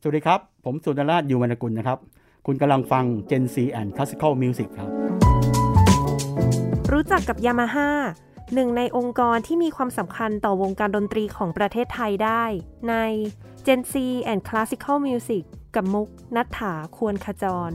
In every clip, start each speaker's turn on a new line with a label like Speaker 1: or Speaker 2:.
Speaker 1: สวัสดีครับ ผมสุนทรราชยูวรรณกุลนะครับ คุณกำลังฟัง Gen C and Classical Music ครับ
Speaker 2: รู้จักกับยามาฮ่าหนึ่งในองค์กรที่มีความสำคัญต่อวงการดนตรีของประเทศไทยได้ ใน Gen C and Classical Music กับมุกนัฐถาควรขจร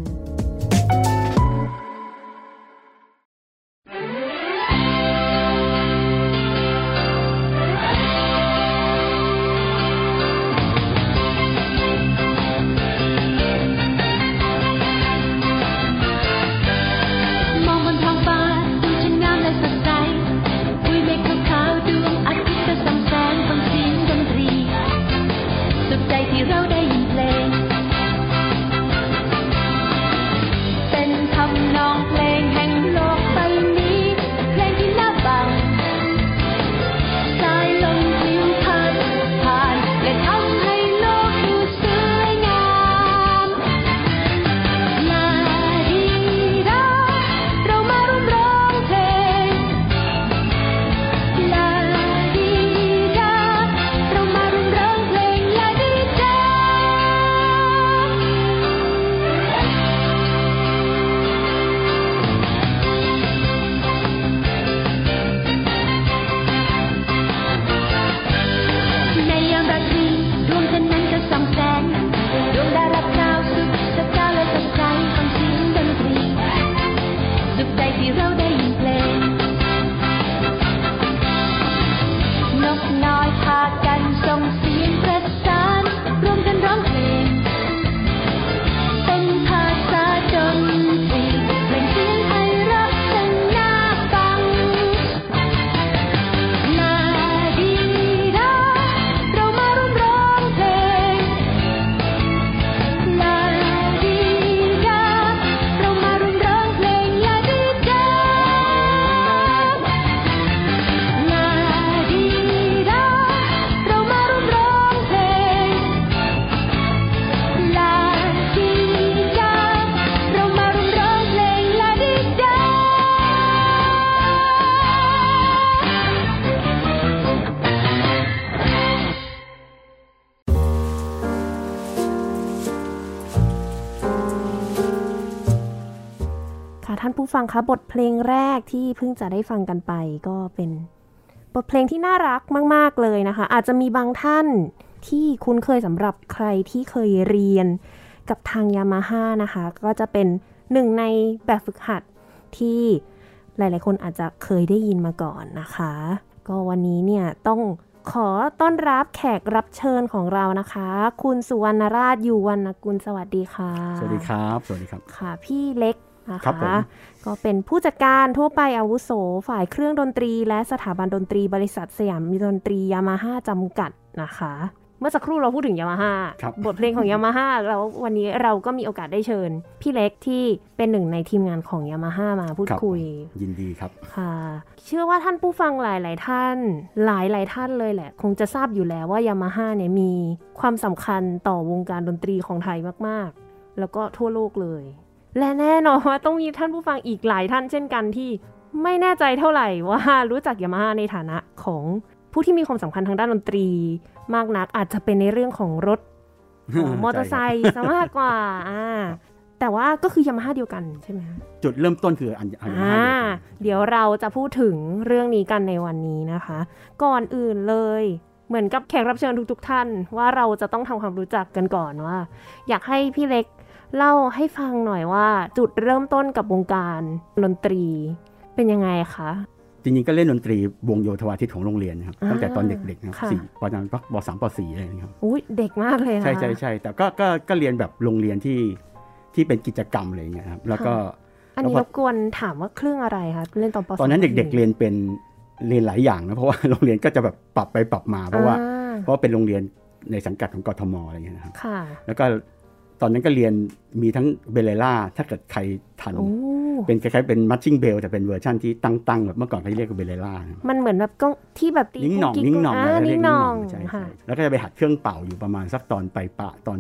Speaker 3: มองบนท้องฟ้าดูฉันงามและสดใสคุยเมฆขาวๆดวงอาทิตย์ก็ส่องแสงบนเสียงดนตรี สุขใจที่เราได้ยินเพลง เป็นทำนองเพลงแห่งโลกใบนี้ เพลงที่น่าฟังสายลมพลิ้วพัดผ่านและทำให้โลกดูสวยงาม นาดีเราเรามาร่วมร้องเพลงลาดีเราเรามาร่วมร้องเพลงลาดีเจ ในยามราตรีดวงจันทร์นั้นก็ส่องแสงดวงดาวรับดาวสุขสัปดาห์และสดใสฟังเสียงดนตรีสุขใจที่เราได้ยินเพลงนกน้อยพากันส่งเสียงประสานรวมกันร้องเพลง เป็นภาษาดนตรีเป็นเสียงไพเราะจังน่าฟัง นาดีเราเรามาร่วมร้องเพลงนาดีเราเรามาร่วมร้องเพลงลาดีเจนาดีเราเรามาร่วมร้องเพลงลาดีเราเรามาร่วมร้องเพลงลาดีเจ
Speaker 2: ค่ะท่านผู้ฟังคะบทเพลงแรกที่เพิ่งจะได้ฟังกันไปก็เป็นบทเพลงที่น่ารักมาก ๆ เลยนะคะ อาจจะมีบางท่านที่คุ้นเคยสำหรับใครที่เคยเรียนกับทางยามาฮ่านะคะ ก็จะเป็นหนึ่งในแบบฝึกหัดที่หลาย ๆ คนอาจจะเคยได้ยินมาก่อนนะคะ ก็วันนี้เนี่ยต้องขอต้อนรับแขกรับเชิญของเรานะคะ คุณสุวรรณราชอยู่วรรณกุลสวัสดีค่ะ
Speaker 1: สวัสดีครับ สวัสดีครับ
Speaker 2: ค่ะพี่เล็กนะ
Speaker 1: ครั
Speaker 2: คะ
Speaker 1: บผม
Speaker 2: ก็เป็นผู้จัดการทั่วไปอาวุโสฝ่ายเครื่องดนตรี และสถาบันดนตรีบริษัทสยามดนตรียามาฮ่าจำกัดนะคะ เมื่อสักครู่เราพูดถึงยามาฮ่า
Speaker 1: ครับ
Speaker 2: บทเพลงของยามาฮ่าแล้ววันนี้เราก็มีโอกาสได้เชิญ พี่เล็กที่เป็นหนึ่งในทีมงานของยามาฮ่ามาพูด
Speaker 1: รับ
Speaker 2: คุย
Speaker 1: ยินดีครับ
Speaker 2: ค่ะเชื่อว่าท่านผู้ฟังหลาย ๆ ท่าน หลายหลายๆท่านเลยแหละ คงจะทราบอยู่แล้วว่ายามาฮ่าเนี่ยมีความสำคัญต่อวงการดนตรีของไทยมาก ๆ แล้วก็ทั่วโลกเลย และแน่นอนว่าต้องมีท่านผู้ฟังอีกหลายท่านเช่นกันที่ไม่แน่ใจเท่าไหร่ว่ารู้จักยามาฮ่าในฐานะของผู้ที่มีความสำคัญทางด้านดนตรี มากนักอาจจะเป็นในเรื่องของร ถเอ่อ มอเตอร์ไซค์ซะมากกว่าอ่าแต่ว่าก็คือยามาฮ่าเดียวกันใช่ไหมคะ
Speaker 1: จุดเริ่มต้นคืออันอัน
Speaker 2: อ่าเดี๋ยวเราจะพูดถึงเรื่องนี้กันในวันนี้นะคะ ก่อนอื่นเลย เหมือนกับแขกรับเชิญทุกๆท่าน ว่าเราจะต้องทำความรู้จักกันก่อนว่า อยากให้พี่เล็กเล่าให้ฟังหน่อยว่า จุดเริ่มต้นกับวงการดนตรี เป็นยังไงคะ
Speaker 1: จริงๆก็เล่นดนตรีวงโยธวาทิตของโรงเรียนนะครับ
Speaker 2: อ่า
Speaker 1: ตั้งแต่ตอนเด็กๆนะครับ
Speaker 2: ค่ะ
Speaker 1: สี่ปนั้นปสามปสี่อะไรนะครับ
Speaker 2: อุ้ยเด็กมากเลยนะ
Speaker 1: ใช่ใช่ใช่แต่ก็ก็ก็เรียนแบบโรงเรียนที่ที่เป็นกิจกรรมอะไรอย่างเงี้ยครับ แล้วก็
Speaker 2: อันนี้รบกวนถามว่าเครื่องอะไรคะเล่นตอนปสง
Speaker 1: ตอนนั้นเด็ก ๆเรี
Speaker 2: รียน
Speaker 1: ยนเป็นเรียนหลายอย่างนะ เพราะว่า โรงเรียนก็จะแบบปรับไปปรับมา เพราะว่า
Speaker 2: อ่
Speaker 1: เพราะว่าเป็นโรงเรียนในสังกัดของกทมอะไรอย่างเงี้ยนะครับ
Speaker 2: ค่ะ
Speaker 1: แล้วก็ตอนนั้นก็เรียนมีทั้งเบลเลล่าถ้าเกิดใครทัน
Speaker 2: โอ้
Speaker 1: เป็นคล้ายๆเป็นมัชชิ่งเบลแต่เป็นเวอร์ชั่นที่ตั้งๆแบบเมื่อก่อนเขาเรียกว่าเบลเลล่านะครับ
Speaker 2: มันเหมือนแบบก็ที่แบบตี
Speaker 1: นิ้งหน่อง
Speaker 2: กุ๊กกิ๊ก
Speaker 1: นิ้งหน่อง
Speaker 2: า
Speaker 1: ะ
Speaker 2: นิ้งหน่อง
Speaker 1: ใช่
Speaker 2: ค่ะ
Speaker 1: ๆแล้วก็จะไปหัดเครื่องเป่าอยู่ประมาณสักตอนไปปะตอน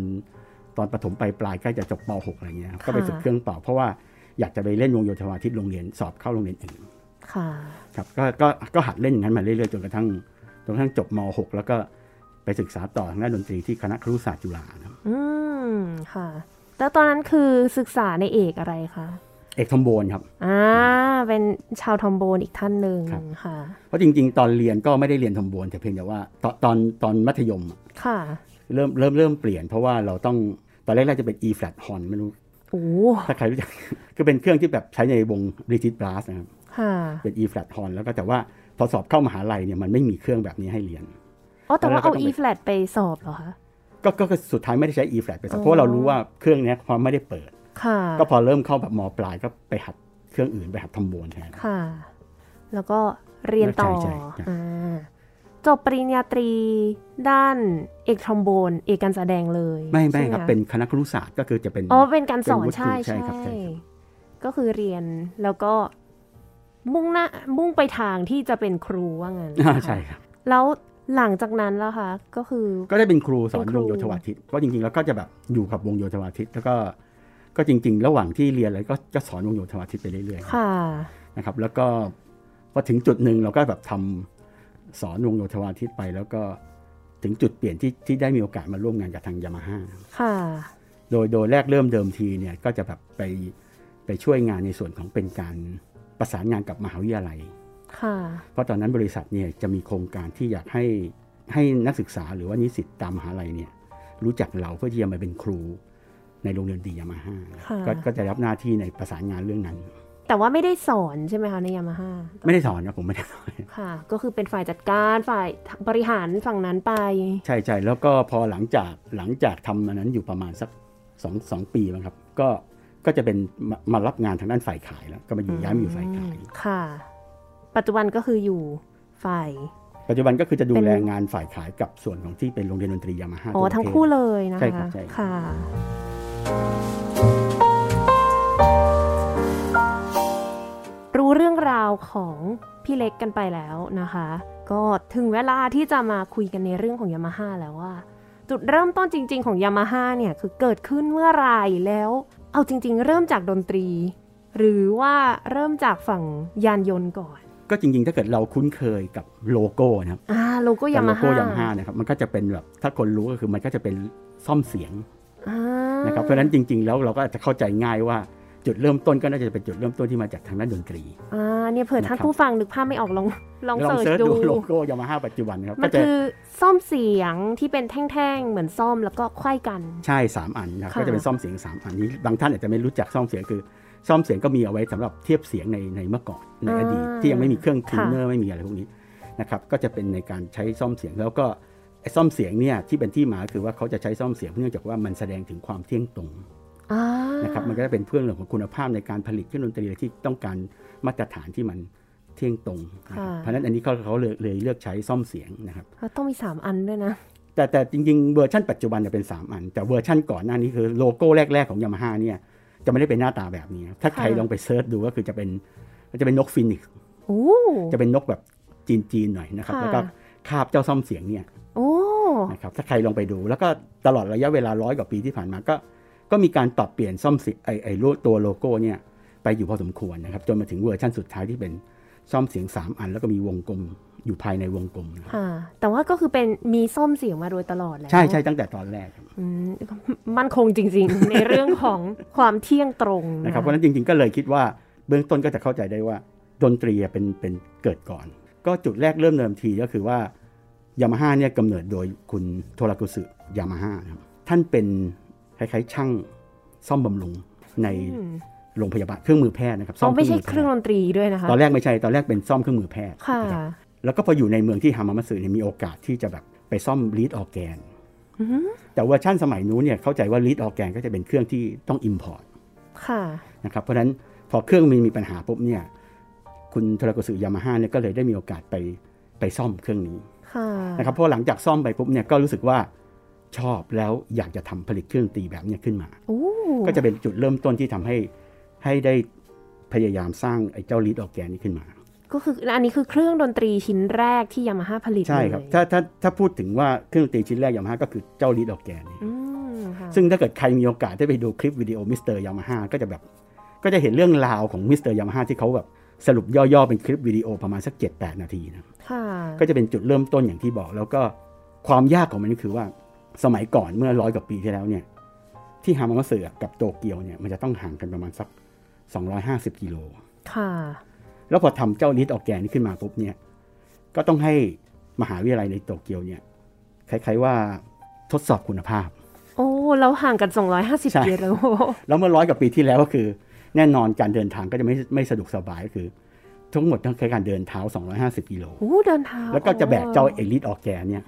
Speaker 1: ตอนประถมไปปลายใกล้จะจบป .6 อะไรเงี้ยครับ
Speaker 2: ค่ะ
Speaker 1: ก็ไปฝึกเครื่องเป่า เพราะว่าอยากจะไปเล่นวงโยธวาทิตโรงเรียนสอบเข้าโรงเรียนอื่น
Speaker 2: ค่ะ
Speaker 1: ครับก็ก็ก็หัดเล่นอย่างนั้นมาเรื่อยๆจนกระทั่งจนกระทั่งจบม .6 แล้วก็ไป ศึกษาต่อทางด้านดนตรีที่คณะครุศาสตร์จุฬานะครับ
Speaker 2: อืมค่ะ แล้วตอนนั้นคือศึกษาในเอกอะไรคะ
Speaker 1: เอกทอมโบนครับ
Speaker 2: อ่า เป็นชาวทอมโบนอีกท่านหนึ่ง
Speaker 1: ครับ
Speaker 2: ค่ะ
Speaker 1: เพราะจริง ๆ ตอนเรียนก็ไม่ได้เรียนทอมโบนแต่เพียงแต่ว่าตอนตอนตอนมัธยมอะ
Speaker 2: ค่ะ
Speaker 1: เริ่มเริ่มเริ่มเปลี่ยนเพราะว่าเราต้องตอนแรกๆจะเป็น E flat horn ไม่รู้
Speaker 2: โอ้
Speaker 1: ถ้าใครรู้จัก ก็เป็นเครื่องที่แบบใช้ในวง b r i t i s h Brass นะครับ
Speaker 2: ค่ะ
Speaker 1: เป็น E flat horn แล้วก็แต่ว่าพอสอบเข้ามหาลัยเนี่ยมันไม่มีเครื่องแบบนี้ให้เรียน
Speaker 2: อ๋อ แต่ว่า
Speaker 1: ต
Speaker 2: เอา
Speaker 1: อนนั้นก็ต้
Speaker 2: E
Speaker 1: องไป
Speaker 2: flat ไปสอบเหรอคะ
Speaker 1: ก็ก็ก็สุดท้ายไม่ได้ใช้ E flat ไปสั
Speaker 2: อ๋
Speaker 1: ก
Speaker 2: อ
Speaker 1: เพราะว่าเรารู้ว่าเครื่องเนี้ยความไม่ได้เปิด
Speaker 2: ค่ะ
Speaker 1: ก็พอเริ่มเข้าแบบมปลายก็ไปหัดเครื่องอื่นไปหัดทอมโบนแทน
Speaker 2: ค่ะ แล้วก็เรียนต่อ
Speaker 1: ใช่ใช่ใช่
Speaker 2: อ่า จบปริญญาตรีด้านเอกทรอมโบน เอกการแสดงเลย
Speaker 1: ไม่ไม่
Speaker 2: ใช่
Speaker 1: ครับ
Speaker 2: หะ
Speaker 1: เป็นคณะครุศาสตร์ก็คือจะเป็น
Speaker 2: อ๋อ เป็นการสอน
Speaker 1: เป็นวุฒิครู
Speaker 2: ใช่
Speaker 1: ใช่ค
Speaker 2: ใช่
Speaker 1: รับใช่ครับ
Speaker 2: ก็คือเรียนแล้วก็มุ่งหน้ามุ่งไปทางที่จะเป็นครูว่างั้น
Speaker 1: อ่าใช่ครับ
Speaker 2: แล้วหลังจากนั้นแล้วคะ ก็คือ
Speaker 1: ก็ได้เป็นครูสอน
Speaker 2: เป็นครู
Speaker 1: วงโยธวาทิตเพราะจริงๆแล้วก็จะแบบอยู่กับวงโยธวาทิตแล้วก็ก็จริง ๆ ระหว่างที่เรียนอะไรก็ก็สอนวงโยธวาทิตไปเรื่อย
Speaker 2: ค่ะ
Speaker 1: ๆนะครับแล้วก็พอถึงจุดหนึ่งเราก็แบบทำสอนวงโยธวาทิตไป แล้วก็ถึงจุดเปลี่ยนที่ที่ได้มีโอกาสมาร่วมงานกับทางยามาฮ่า
Speaker 2: ค่ะ
Speaker 1: โดยโดยแรกเริ่มเดิมทีเนี่ยก็จะแบบไปไปช่วยงานในส่วนของเป็นการประสานงานกับมหาวิทยาลัย
Speaker 2: ค่ะ
Speaker 1: เพราะตอนนั้นบริษัทเนี่ยจะมีโครงการที่อยากให้ให้นักศึกษาหรือว่านิสิตตามมหาลัยเนี่ยรู้จักเราเพื่อที่จะมาเป็นครูในโรงเรียนดียามาฮ่า
Speaker 2: ค่ะ
Speaker 1: ก็ก็จะรับหน้าที่ในประสานงานเรื่องนั้น
Speaker 2: แต่ว่าไม่ได้สอนใช่ไหมคะในยามาฮ่า
Speaker 1: ไม่ได้สอนนะผมไม่ได้ส อน
Speaker 2: ค่ะ ก็คือเป็นฝ่ายจัดการฝ่ายบริหารฝั่งนั้นไป
Speaker 1: ใช่ใช่แล้วก็พอหลังจากหลังจากทำอันนั้นอยู่ประมาณสักสองสองปีมั้งครับก็ก็จะเป็นมามารับงานทางด้านฝ่ายขายแล้วก็มาอยู่ย้ายมาอยู่ฝ่ายขาย
Speaker 2: อืมค่ะ ปัจจุบันก็คืออยู่ฝ่าย
Speaker 1: ปัจจุบันก็คือจะดู
Speaker 2: เป็น
Speaker 1: แลงานฝ่ายขายกับส่วนของที่เป็นโรงเรียนดนตรียามาฮ่า
Speaker 2: อ๋อทั้งคู่เลยนะ
Speaker 1: ใช่ครั
Speaker 2: คะ
Speaker 1: บใช่ครับ
Speaker 2: ค่ะ รู้เรื่องราวของพี่เล็กกันไปแล้วนะคะ ก็ถึงเวลาที่จะมาคุยกันในเรื่องของยามาฮ่าแล้วว่า จุดเริ่มต้นจริง ๆ ของยามาฮ่าเนี่ยคือเกิดขึ้นเมื่อไหรแล้ว เอาจริง ๆ เริ่มจากดนตรี หรือว่าเริ่มจากฝั่งยานยนต์ก่อน
Speaker 1: ก็จริงๆ ถ้าเกิดเราคุ้นเคยกับโลโก้นะครับ
Speaker 2: อ่าโลโก้
Speaker 1: แต่
Speaker 2: ยา
Speaker 1: โล
Speaker 2: มาฮ่าย
Speaker 1: โก้ามาฮ่านะครับมันก็จะเป็นแบบถ้าคนรู้ก็คือมันก็จะเป็นซ่อมเสียง
Speaker 2: อ่า
Speaker 1: นะครับเพราะฉะนั้นจริง ๆ แล้วเราก็อาจจะเข้าใจง่ายว่าจุดเริ่มต้นก็น่าจะเป็นจุดเริ่มต้นที่มาจากทางด้านดนตรี
Speaker 2: อ่าเนี่ยเผื่อท่าน
Speaker 1: นะครับ
Speaker 2: ผู้ฟังนึกภาพไม่ออกลอง ลอง
Speaker 1: ลอง
Speaker 2: เสิร์
Speaker 1: เสิร์
Speaker 2: ช
Speaker 1: ช
Speaker 2: ดู
Speaker 1: ดูโลโก้ยามาฮ่าปัจจุบันนะครับ
Speaker 2: มั
Speaker 1: ก็
Speaker 2: น
Speaker 1: จะ
Speaker 2: คือซ่อมเสียงที่เป็นแท่งๆ เหมือนซ่อมแล้วก็ไขว้กัน
Speaker 1: ใช่สามอันนะครับ
Speaker 2: ค่ะ
Speaker 1: ก็จะเป็นซ่อมเสียงสามอันนี้บางท่านอาจจะไม่รู้จักซ่อมเสียงคือ ซ่อมเสียงก็มีเอาไว้สำหรับเทียบเสียงในในเมื่อก่อนในอดีตที่ยังไม่มีเครื่อง เครื่องทูนเนอร์ไม่มีอะไรพวกนี้นะครับก็จะเป็นในการใช้ซ่อมเสียงแล้วก็ไอ้ซ่อมเสียงเนี่ยที่เป็นที่มาคือว่าเขาจะใช้ซ่อมเสียงเนื่องจากว่ามันแสดงถึงความเที่ยงตรง
Speaker 2: อ่า
Speaker 1: นะครับมันก็จะเป็นเพื่องเรื่องของคุณภาพในการผลิตเครื่องดนตรีที่ต้องการมาตรฐานที่มันเที่ยงตรงนะครับเพราะฉะนั้นอันนี้เขาเขาเลยเลยเลือกใช้ซ่อมเสียงนะครับ
Speaker 2: แล้วต้องมี 3 อันด้วยนะ
Speaker 1: แต่แต่จริงๆเวอร์ชันปัจจุบันเนี่ยเป็น 3 อัน แต่เวอร์ชันก่อนหน้านี้คือโลโก้แรก ๆ ของยามาฮ่าเนี่ยจะไม่ได้เป็นหน้าตาแบบนี้ครับถ้าใคร
Speaker 2: ค่ะ
Speaker 1: ลองไปเซิร์ชดูก็คือจะเป็นจะเป็นนกฟินิกซ์
Speaker 2: โอ้
Speaker 1: จะเป็นนกแบบจีนๆหน่อยนะครับ
Speaker 2: ค่ะ
Speaker 1: แล้วก็คาบเจ้าซ่อมเสียงเนี่ย
Speaker 2: โอ้
Speaker 1: นะครับถ้าใครลองไปดู แล้วก็ตลอดระยะเวลาร้อยกว่าปีที่ผ่านมาก็ ก็มีการปรับเปลี่ยนซ่อมเสียงไอไอรูปตัวโลโก้เนี่ยไปอยู่พอสมควรนะครับ จนมาถึงเวอร์ชั่นสุดท้ายที่เป็นซ่อมเสียง 3 อัน แล้วก็มีวงกลมอยู่ภายในวงกลมนะครับ
Speaker 2: ค่ะ แต่ว่าก็คือเป็นมีซ่อมเสียงมาโดยตลอดแล้ว
Speaker 1: ใช่ใช่ตั้งแต่ตอนแรกครับ
Speaker 2: อืมมั่นคงจริงๆ ในเรื่องของความเที่ยงตรง
Speaker 1: นะครับเพราะฉะนั้นจริง ๆ ก็เลยคิดว่าเบื้องต้นก็จะเข้าใจได้ว่าดนตรีเป็นเป็นเกิดก่อน ก็จุดแรกเริ่มเดิมทีก็คือว่ายามาฮ่าเนี่ยกำเนิดโดยคุณโทรากุสึยามาฮ่านะครับท่านเป็นคล้ายๆช่างซ่อมบำรุงใน
Speaker 2: อืม
Speaker 1: โรงพยาบาลเครื่องมือแพทย์นะครับ
Speaker 2: อ๋อไม่ใช่เค
Speaker 1: เค
Speaker 2: รื่
Speaker 1: รื่
Speaker 2: อ
Speaker 1: องง
Speaker 2: ด
Speaker 1: มือแพทย์
Speaker 2: นตรีด้วยนะคะ
Speaker 1: ตอนแรกไม่ใช่ตอนแรกเป็นซ่อมเครื่องมือแพทย์
Speaker 2: ค่ะ
Speaker 1: นะครับแล้วก็พออยู่ในเมืองที่ฮามามัตสึเนี่ยมีโอกาสที่จะแบบไปซ่อมลีดออร์แกน
Speaker 2: อืม
Speaker 1: แต่เวอร์ชั่นสมัยนู้นเนี่ยเข้าใจว่าลีดออร์แกนก็จะเป็นเครื่องที่ต้องอิมพอร์ต
Speaker 2: ค่ะ
Speaker 1: นะครับเพราะฉะนั้นพอเครื่องมันมีปัญหาปุ๊บเนี่ยคุณโทรโกสึยามาฮ่าเนี่ยก็เลยได้มีโอกาสไปไปซ่อมเครื่องนี้
Speaker 2: ค่ะ
Speaker 1: นะครับเพราะหลังจากซ่อมไปปุ๊บเนี่ยก็รู้สึกว่าชอบแล้วอยากจะทำผลิตเครื่องดนตรีแบบเนี้ยขึ้นมา
Speaker 2: โอ้
Speaker 1: ก็จะเป็นจุดเริ่มต้นที่ทำให้ให้ได้พยายามสร้างไอ้เจ้าลีดออร์แกนนี้ขึ้นมา
Speaker 2: ก็คืออันนี้คือเครื่องดนตรีชิ้นแรกที่ยามาฮ่าผลิต
Speaker 1: ใช่ครับ
Speaker 2: เลย
Speaker 1: ถ้าถ้าถ้าพูดถึงว่าเครื่องดนตรีชิ้นแรกยามาฮ่าก็คือเจ้าลีดออร์แกน
Speaker 2: อืมค่ะ
Speaker 1: ซึ่งถ้าเกิดใครมีโอกาสได้ไปดูคลิปวิดีโอมิสเตอร์ยามาฮ่าก็จะแบบก็จะเห็นเรื่องราวของมิสเตอร์ยามาฮ่าที่เขาแบบสรุปย่อๆเป็นคลิปวิดีโอประมาณสัก 7-8 นาทีนะ
Speaker 2: ค่ะ
Speaker 1: ก็จะเป็นจุดเริ่มต้นอย่างที่บอกแล้วก็ ความยากของมันก็คือว่าสมัยก่อนเมื่อร้อยกว่าปีที่แล้วเนี่ย ที่ฮามาโกเซอะกับโตเกียวเนี่ยมันจะต้องห่างกันประมาณสัก 250 กิโล
Speaker 2: ค่ะ
Speaker 1: แล้วพอทำเจ้าลิสออร์แกนนี้ขึ้นมาปุ๊บเนี่ย ก็ต้องให้มหาวิทยาลัยในโตเกียวเนี่ย คล้ายๆว่าทดสอบคุณภาพ
Speaker 2: โอ้ เราห่างกัน
Speaker 1: ใช่
Speaker 2: 250กิโล
Speaker 1: แล้วเมื่อร้อยกว่าปีที่แล้วก็คือ แน่นอนการเดินทางก็จะไม่ไม่สะดวกสบายก็คือ ทั้งหมดต้องใช้การเดินเท้า 250 กิโล
Speaker 2: โอ้เดินเท้า
Speaker 1: แล้วก็จะแบกเจ้าเอลิทออกแกนเนี่ย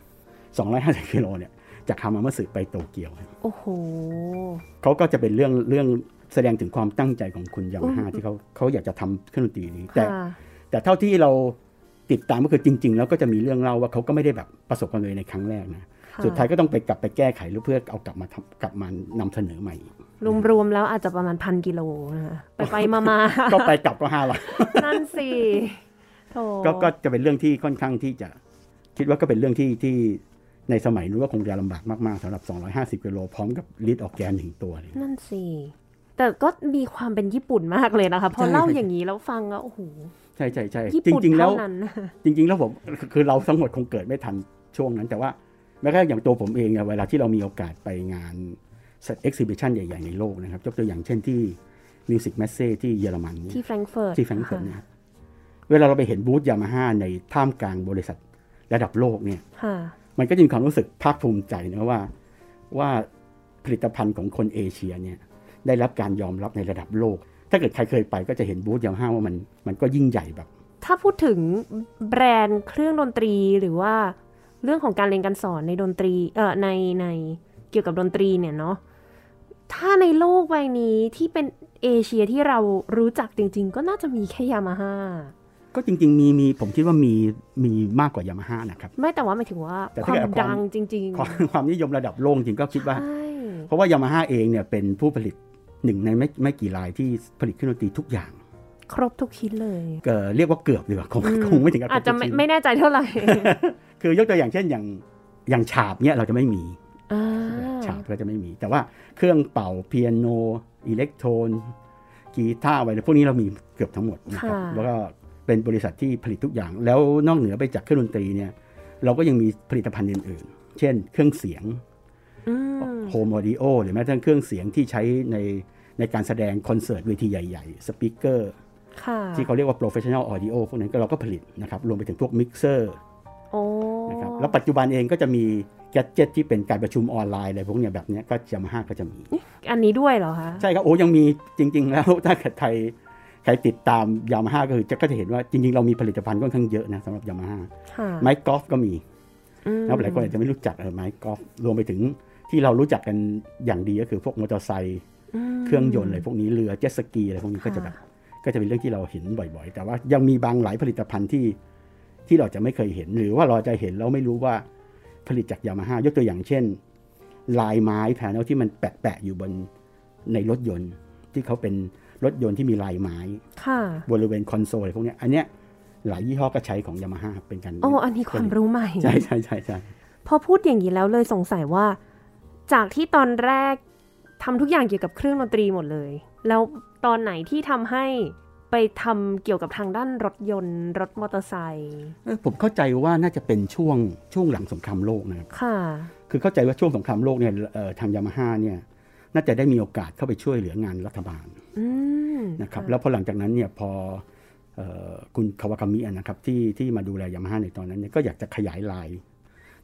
Speaker 1: 250 กิโลเนี่ยจากฮามามาสึไปโตเกียว
Speaker 2: โอ้โห
Speaker 1: เขาก็จะเป็นเรื่องเรื่องแสดงถึงความตั้งใจของคุณยามาฮ่า
Speaker 2: อืม
Speaker 1: ที่เขาเขาอยากจะทำเครื่องดนตรีนี้ แต่
Speaker 2: ค่ะ
Speaker 1: แต่เท่าที่เราติดตามก็คือจริง ๆ แล้วก็จะมีเรื่องเล่าว่าเขาก็ไม่ได้แบบประสบความสำเร็จในครั้งแรกนะ
Speaker 2: ค่ะ
Speaker 1: สุดท้ายก็ต้องไปกลับไปแก้ไขหรือเพื่อเอากลับมาทำกลับมานำเสนอใหม่อีก
Speaker 2: รวมๆแล้วอาจจะประมาณพันกิโลนะคะไปไปๆมา
Speaker 1: ก็ไปกลับก็ห้าร้อย
Speaker 2: ๆ นั่นสิโถ
Speaker 1: ก็ก็จะเป็นเรื่องที่ค่อนข้างที่จะคิดว่าก็เป็นเรื่องที่ที่ในสมัยนู้นก็คงจะลำบากมาก ๆสำหรับ 250กิโลพร้อมกับลิตรออกแกนหนึ่งตัวเลย
Speaker 2: นั่นสิ แต่ก็มีความเป็นญี่ปุ่นมากเลยนะคะ พอ
Speaker 1: ใช่
Speaker 2: เล่าอย่างนี้แล้วฟังแล้วโอ้โห
Speaker 1: ใช่ใช่ใช่
Speaker 2: ญี่
Speaker 1: จ
Speaker 2: ปุ่น
Speaker 1: ริง ๆ แล้ว
Speaker 2: เท่านั้น
Speaker 1: จริง ๆ แล้วผมคือเราทั้งหมดคงเกิดไม่ทันช่วงนั้น แต่ว่าแม้กระทั่งอย่างตัวผมเองเนี่ยเวลาที่เรามีโอกาสไปงานเอ็กซิบิชันใหญ่ ๆ ในโลกนะครับยกตัวอย่างเช่นที่มิวสิกแมสเซที่เยอรมันเนี่ย
Speaker 2: ที่แฟรงก์เฟิร์ต
Speaker 1: ที่แฟรงก์เฟิร์ต
Speaker 2: ค่ะ
Speaker 1: เนะครับเวลาเราไปเห็นบูธยามาฮ่าในท่ามกลางบริษัทระดับโลกเนี่ย
Speaker 2: ค่ะ
Speaker 1: มันก็จะมีความรู้สึกภาคภูมิใจนะว่าว่าผลิตภัณฑ์ของคนเอเชียเนี่ยได้รับการยอมรับในระดับโลก ถ้าเกิดใครเคยไปก็จะเห็นบูธยามาฮ่าว่ามันมันก็ยิ่งใหญ่แบบ
Speaker 2: ถ้าพูดถึงแบรนด์เครื่องดนตรีหรือว่าเรื่องของการเรียนการสอนในดนตรีเอ่อในในเกี่ยวกับดนตรีเนี่ยเนาะถ้าในโลกใบนี้ที่เป็นเอเชียที่เรารู้จักจริง ๆ ก็น่าจะมีแค่ยามาฮ่า
Speaker 1: ก็จริง ๆ มีมีผมคิดว่ามีมีมากกว่ายามาฮ่านะครับ
Speaker 2: ไม่แต่ว่าหมายถึงว่า
Speaker 1: แต่ถ้าว
Speaker 2: คา
Speaker 1: เกิ
Speaker 2: ม
Speaker 1: ดความ
Speaker 2: ดังจริง
Speaker 1: ความความนิยมระ ดับโลกจริงก็คิด
Speaker 2: ๆ
Speaker 1: ว่า
Speaker 2: ใช่
Speaker 1: เพราะว่ายามาฮ่าเองเนี่ยเป็นผู้ผลิตหนึ่งในไม่ไม่กี่รายที่ผลิตเครื่องดนตรีทุกอย่าง
Speaker 2: ครบทุกชิ้นเลย
Speaker 1: เอ่อเรียกว่าเกือบดีกว่าคงคงไม่ถึงกับ
Speaker 2: อาจจะไม่
Speaker 1: ครบทุกชิ้น
Speaker 2: ไม่แน่ใจเท่า ไหร่
Speaker 1: คือยกตัวอย่างเช่นอย่างอย่างฉาบเนี่ยเราจะไม่มี
Speaker 2: อ่า
Speaker 1: ฉาบก็จะไม่มี แต่ว่าเครื่องเป่าเปียโน อิเล็กโทรนกีตาร์อะไรพวกนี้เรามีเกือบทั้งหมดนะครับ
Speaker 2: ะ
Speaker 1: แล้วก็เป็นบริษัทที่ผลิตทุกอย่าง แล้วนอกเหนือไปจากเครื่องดนตรีเนี่ยเราก็ยังมีผลิตภัณฑ์อื่นๆ เช่นเครื่องเสียง
Speaker 2: อืม
Speaker 1: โฮมอดิโอหรือแม้กระทั่งเครื่องเสียงที่ใช้ในในการแสดงคอนเสิร์ตเวทีใหญ่ๆสปีกเกอร์
Speaker 2: ค่ะ
Speaker 1: ที่เขาเรียกว่า professional audio พวกนั้นก็เราก็ผลิตนะครับรวมไปถึงพวกมิกเซอร์
Speaker 2: โอ้
Speaker 1: นะครับแล้วปัจจุบันเองก็จะมีแกจเจ็ตที่เป็นการประชุมออนไลน์อะไรพวกเนี้ยแบบเนี้ยก็ยามาฮ่าก็จะมี
Speaker 2: อันนี้ด้วยเหรอคะ
Speaker 1: ใช่ครับโอ้ยังมีจริง ๆ แล้ว ถ้าเกิดใครใครติดตามยามาฮ่าก็คือจะก็จะเห็นว่าจริง ๆ เรามีผลิตภัณฑ์ค่อนข้างเยอะนะสำหรับยามาฮ่า
Speaker 2: ค่ะ
Speaker 1: ไม้กอล์ฟก็มี
Speaker 2: อืม
Speaker 1: นะครับหลายคนอาจจะไม่รู้จักเออไม้กอล์ฟรวมไปถึงที่เรารู้จักกันอย่างดีก็คือพวกมอเตอร์ไซค์
Speaker 2: ม
Speaker 1: เครื่องยนต์อะไรพวกนี้เรือเจ็ตสกีอะไรพวกนี้ก็จะแบบก็จะเป็นเรื่องที่เราเห็นบ่อย ๆ แต่ว่ายังมีบางหลายผลิตภัณฑ์ที่ที่เราจะไม่เคยเห็น หรือว่าเราจะเห็นแล้วไม่รู้ว่าผลิตจากยามาฮ่ายกตัวอย่างเช่น ลายไม้แผนที่มันแปะๆอยู่บนในรถยนต์ ที่เขาเป็นรถยนต์ที่มีลายไม้
Speaker 2: ค่ะ
Speaker 1: บริเวณคอนโซลอะไรพวกเนี้ยอันเนี้ยหลายยี่ห้อก็ใช้ของยามาฮ่าเป็นกัน
Speaker 2: โอ้ อันนี้ความรู้ใหม่
Speaker 1: ใช่ใช่ใช่ใช่
Speaker 2: พอพูดอย่างนี้แล้วเลยสงสัยว่า จากที่ตอนแรกทำทุกอย่างเกี่ยวกับเครื่องดนตรีหมดเลย แล้วตอนไหนที่ทำให้ไปทำเกี่ยวกับทางด้านรถยนต์ รถมอเตอร์ไซค์
Speaker 1: เออผมเข้าใจว่าน่าจะเป็นช่วงช่วงหลังสงครามโลกนะครับ
Speaker 2: ค่ะ
Speaker 1: คือเข้าใจว่าช่วงสงครามโลกเนี่ยเอ่อทางยามาฮ่าเนี่ยน่าจะได้มีโอกาสเข้าไปช่วยเหลืองานรัฐบาล
Speaker 2: อืม
Speaker 1: นะครับแล้วพอหลังจากนั้นเนี่ยพอเอ่อคุณคาวากามิอะนะครับที่ที่มาดูแลยามาฮ่าในตอนนั้นเนี่ยก็อยากจะขยายลาย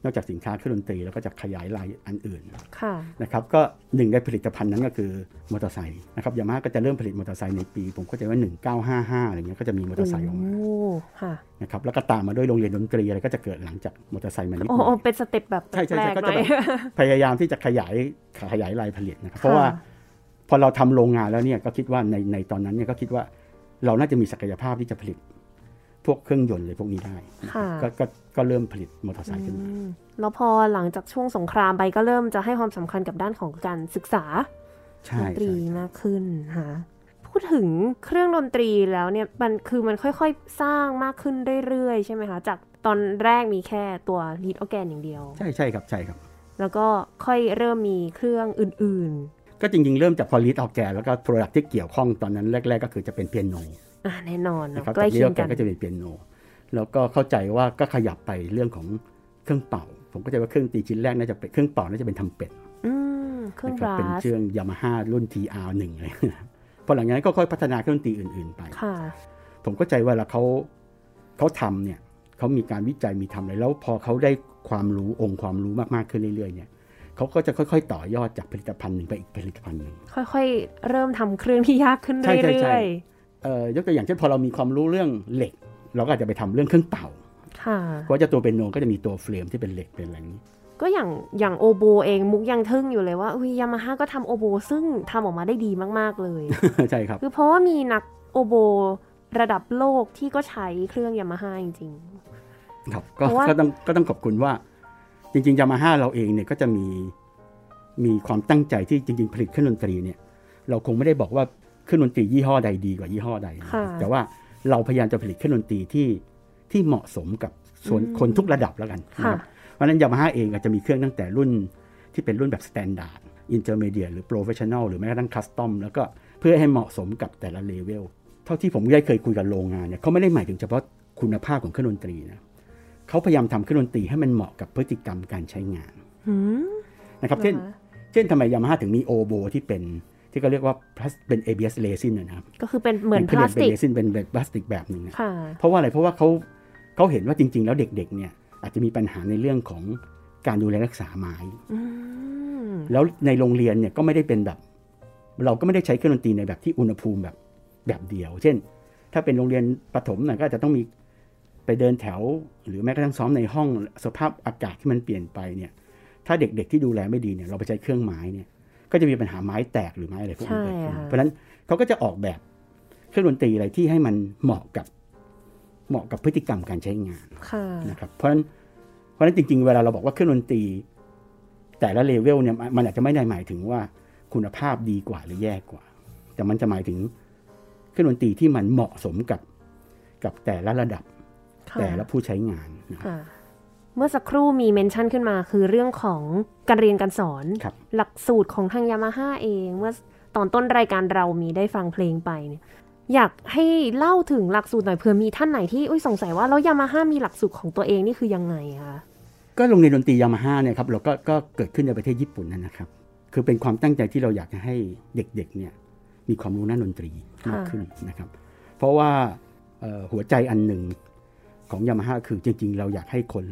Speaker 1: นอกจากสินค้าเครื่องดนตรีแล้วก็จะขยายลายอันอื่น
Speaker 2: ค่ะ
Speaker 1: นะครับก็หนึ่งในผลิตภัณฑ์นั้นก็คือมอเตอร์ไซค์นะครับยามาฮ่าก็จะเริ่มผลิตมอเตอร์ไซค์ในปี ผมเข้าใจว่า 1955อะไรเงี้ยก็จะมีมอเตอร์ไซค์ออกมา
Speaker 2: โอ้ค่ะ
Speaker 1: นะครับแล้วก็ตามมาด้วยโรงเรียนดนตรีอะไรก็จะเกิดหลังจากมอเตอร์ไซค์มานิดห
Speaker 2: โอ้
Speaker 1: น่อย
Speaker 2: โอ้เป็นสเต็ปแบบ
Speaker 1: ใช่ใช่
Speaker 2: แปล
Speaker 1: ใช่
Speaker 2: ก
Speaker 1: ก็
Speaker 2: หน่
Speaker 1: จะ
Speaker 2: อย
Speaker 1: แบบ พยายามที่จะขยายขยายลายผลิตนะครับเพ
Speaker 2: ค่ะ
Speaker 1: ราะว่าพอเราทำโรงงานแล้วเนี่ยก็คิดว่าในในตอนนั้นเนี่ยก็คิดว่าเราน่าจะมีศักยภาพที่จะผลิต พวกเครื่องยนต์เลยพวกนี้ได้
Speaker 2: ค่ะ
Speaker 1: ก็ก็ก็เริ่มผลิตมอเตอร์ไซค์ขึ้นมา
Speaker 2: อืมแล้วพอหลังจากช่วงสงครามไปก็เริ่มจะให้ความสำคัญกับด้านของการศึกษา
Speaker 1: ใช่
Speaker 2: ดนตรี
Speaker 1: ใช่
Speaker 2: มากขึ้นค่ะพูดถึงเครื่องดนตรีแล้วเนี่ยมันคือมันค่อยๆ สร้างมากขึ้นเรื่อยๆ ใช่ไหมคะ จากตอนแรกมีแค่ตัวลีดออแกนอย่างเดียว
Speaker 1: ใช่ใช่ครับใช่ครับ
Speaker 2: แล้วก็ค่อยเริ่มมีเครื่องอื่น
Speaker 1: ก็จริง ๆ เริ่มจากพอลิสออกแกนแล้วก็โปรดักที่เกี่ยวข้องตอนนั้นแรก ๆ ก็คือจะเป็นเปียโน
Speaker 2: ๆอ่ะแน่นอนเน
Speaker 1: นะ
Speaker 2: อะ
Speaker 1: ครับ
Speaker 2: ใกล้
Speaker 1: จากลิส
Speaker 2: เคีย
Speaker 1: ออง กแก
Speaker 2: กัน
Speaker 1: นก็จะเป็นเปียโนแล้วก็เข้าใจว่าก็ขยับไปเรื่องของเครื่องเป่า ผมก็จะว่าเครื่องดนตรีชิ้นแรกน่าจะเป็นเครื่องเป่าน่าจะเป็นทำเป็ด
Speaker 2: อืมเครื่อง
Speaker 1: นะครั
Speaker 2: รา
Speaker 1: เป็น
Speaker 2: ส
Speaker 1: เครื่องยามาฮ่ารุ่น TR1 อะไร นะพอหลังจากนั้นก็ค่อยพัฒนาเครื่องดนตรีอื่น ๆ ไป
Speaker 2: ค่ะ
Speaker 1: ผมเข้าใจว่าแล้วเขาเขาทำเนี่ยเขามีการวิจัยมีทำอะไรแล้วพอเขาได้ความรู้องค์ความรู้มากๆขึ้นเรื่อย ๆ เนี่ยเขาก็จะค่อย ๆ ต่อยอดจากผลิตภัณฑ์หนึ่งไปอีกผลิตภัณฑ์หนึ่ง
Speaker 2: ค่อยๆ เริ่มทำเครื่องที่ยากขึ้น
Speaker 1: ใช่ใช่
Speaker 2: เรื่
Speaker 1: ใช่
Speaker 2: อย
Speaker 1: เอ่อยกตัวอย่างเช่นพอเรามีความรู้เรื่องเหล็ก เราก็อาจจะไปทำเรื่องเครื่องเป่า
Speaker 2: ๆ ค่ะ
Speaker 1: เพราะว่าเจะตัวเป็นโนก็จะมีตัวเฟรมที่เป็นเหล็กเป็นอะไรอย่างนี้
Speaker 2: ก็อย่างอย่างโอโบเองมุกยังทึ่งอยู่เลยว่าอุ้ยยามาฮ่าก็ทำโอโบซึ่งทำออกมาได้ดีมากๆเลย
Speaker 1: ใช่ครับ
Speaker 2: คือเพราะว่ามีนักโอโบระดับโลกที่ก็ใช้เครื่องยามาฮ่าจริง
Speaker 1: ครับก็
Speaker 2: เพราะว่า
Speaker 1: ก็ต้องก็ต้องขอบคุณว่า จริงๆยามาฮ่าเราเองเนี่ยก็จะมีมีความตั้งใจที่จริง ๆ ผลิตเครื่องดนตรีเนี่ย เราคงไม่ได้บอกว่าเครื่องดนตรียี่ห้อใดดีกว่ายี่ห้อใดนะ
Speaker 2: ค่ะ
Speaker 1: แต่ว่าเราพยายามจะผลิตเครื่องดนตรีที่ที่เหมาะสมกับส่วนคนทุกระดับแล้วกัน
Speaker 2: ๆ
Speaker 1: นะค
Speaker 2: ค่ะ
Speaker 1: รับ เพราะฉะนั้นยามาฮ่าเองอาจจะมีเครื่องตั้งแต่รุ่นที่เป็นรุ่นแบบสแตนดาร์ดอินเตอร์เมเดียหรือโปรเฟชชั่น a ลหรือแม้กระทั่งคัสตอมแล้วก็เพื่อให้เหมาะสมกับแต่ละเลเวล เท่าที่ผมได้เคยคุยกับโรงงานเนี่ยเขาไม่ได้หมายถึงเฉพาะคุณภาพของเครื่องดนตรีนะเขาพยายามทำเครื่องดนตรีให้มันเหมาะกับพฤติกรรมการใช้งาน
Speaker 2: หืม
Speaker 1: นะครับเช่น
Speaker 2: นะคะ
Speaker 1: เช่นทำไมยามาฮ่าถึงมีโอโบที่เป็นที่เขาเรียกว่าพลาสเป็น ABS resin นะนะครับ
Speaker 2: ก็คือเป็นเหมือนพ
Speaker 1: ป็
Speaker 2: ลาสติก
Speaker 1: เป็น resin เป็นแบบพลาสติกแบบหนึ่งนะ
Speaker 2: ค่ะ
Speaker 1: เพราะว่าอะไรเพราะว่าเขาเขาเห็นว่าจริง ๆ แล้วเด็ก ๆ เนี่ยอาจจะมีปัญหาในเรื่องของการดูแลรักษาไม้
Speaker 2: อืม
Speaker 1: แล้วในโรงเรียนเนี่ยก็ไม่ได้เป็นแบบ เราก็ไม่ได้ใช้เครื่องดนตรีในแบบที่อุณหภูมิแบบแบบเดียว เช่น ถ้าเป็นโรงเรียนประถมน่ะก็อาจจะต้องมีไปเดินแถว หรือแม้กระทั่งซ้อมในห้องสภาพอากาศที่มันเปลี่ยนไปเนี่ยถ้าเด็ก ๆ ที่ดูแลไม่ดีเนี่ยเราไปใช้เครื่องไม้เนี่ยก็จะมีปัญหาไม้แตกหรือไม้อะไรพวกนี้เกิดขึ้น
Speaker 2: ใช่ค่ะ
Speaker 1: เพราะฉะนั้นเขาก็จะออกแบบเครื่องดนตรีอะไรที่ให้มันเหมาะกับเหมาะกับพฤติกรรมการใช้งาน
Speaker 2: ค่ะ
Speaker 1: นะครับเพราะฉะนั้นเพราะฉะนั้นจริงๆ เวลาเราบอกว่าเครื่องดนตรี แต่ละเลเวลเนี่ยมันมันอาจจะไม่ได้หมายถึงว่าคุณภาพดีกว่าหรือแย่กว่า แต่มันจะหมายถึงเครื่องดนตรีที่มันเหมาะสมกับกับแต่ละระดับ
Speaker 2: ค่ะ
Speaker 1: แต่ละผู้ใช้งานนะครับ
Speaker 2: ค่ะ เมื่อสักครู่มีเมนชั่นขึ้นมาคือเรื่องของการเรียนการสอน
Speaker 1: ครับ
Speaker 2: หลักสูตรของทางยามาฮ่าเอง เมื่อตอนต้นรายการเรามีได้ฟังเพลงไปเนี่ยอยากให้เล่าถึงหลักสูตรหน่อยเผื่อมีท่านไหนที่อุ้ยสงสัยว่าแล้วยามาฮ่ามีหลักสูตรของตัวเองนี่คือยังไงคะ
Speaker 1: ก็โรงเรียนดนตรียามาฮ่าเนี่ยครับเราก็ก็เกิดขึ้นในประเทศญี่ปุ่นนั่นนะครับ คือเป็นความตั้งใจที่เราอยากจะให้เด็กๆเนี่ยมีความรู้ด้านดนตรีมากขึ้นนะครับ เพราะว่าเอ่อหัวใจอันหนึ่งของยามาฮ่าคือจริง ๆ เราอยากให้คน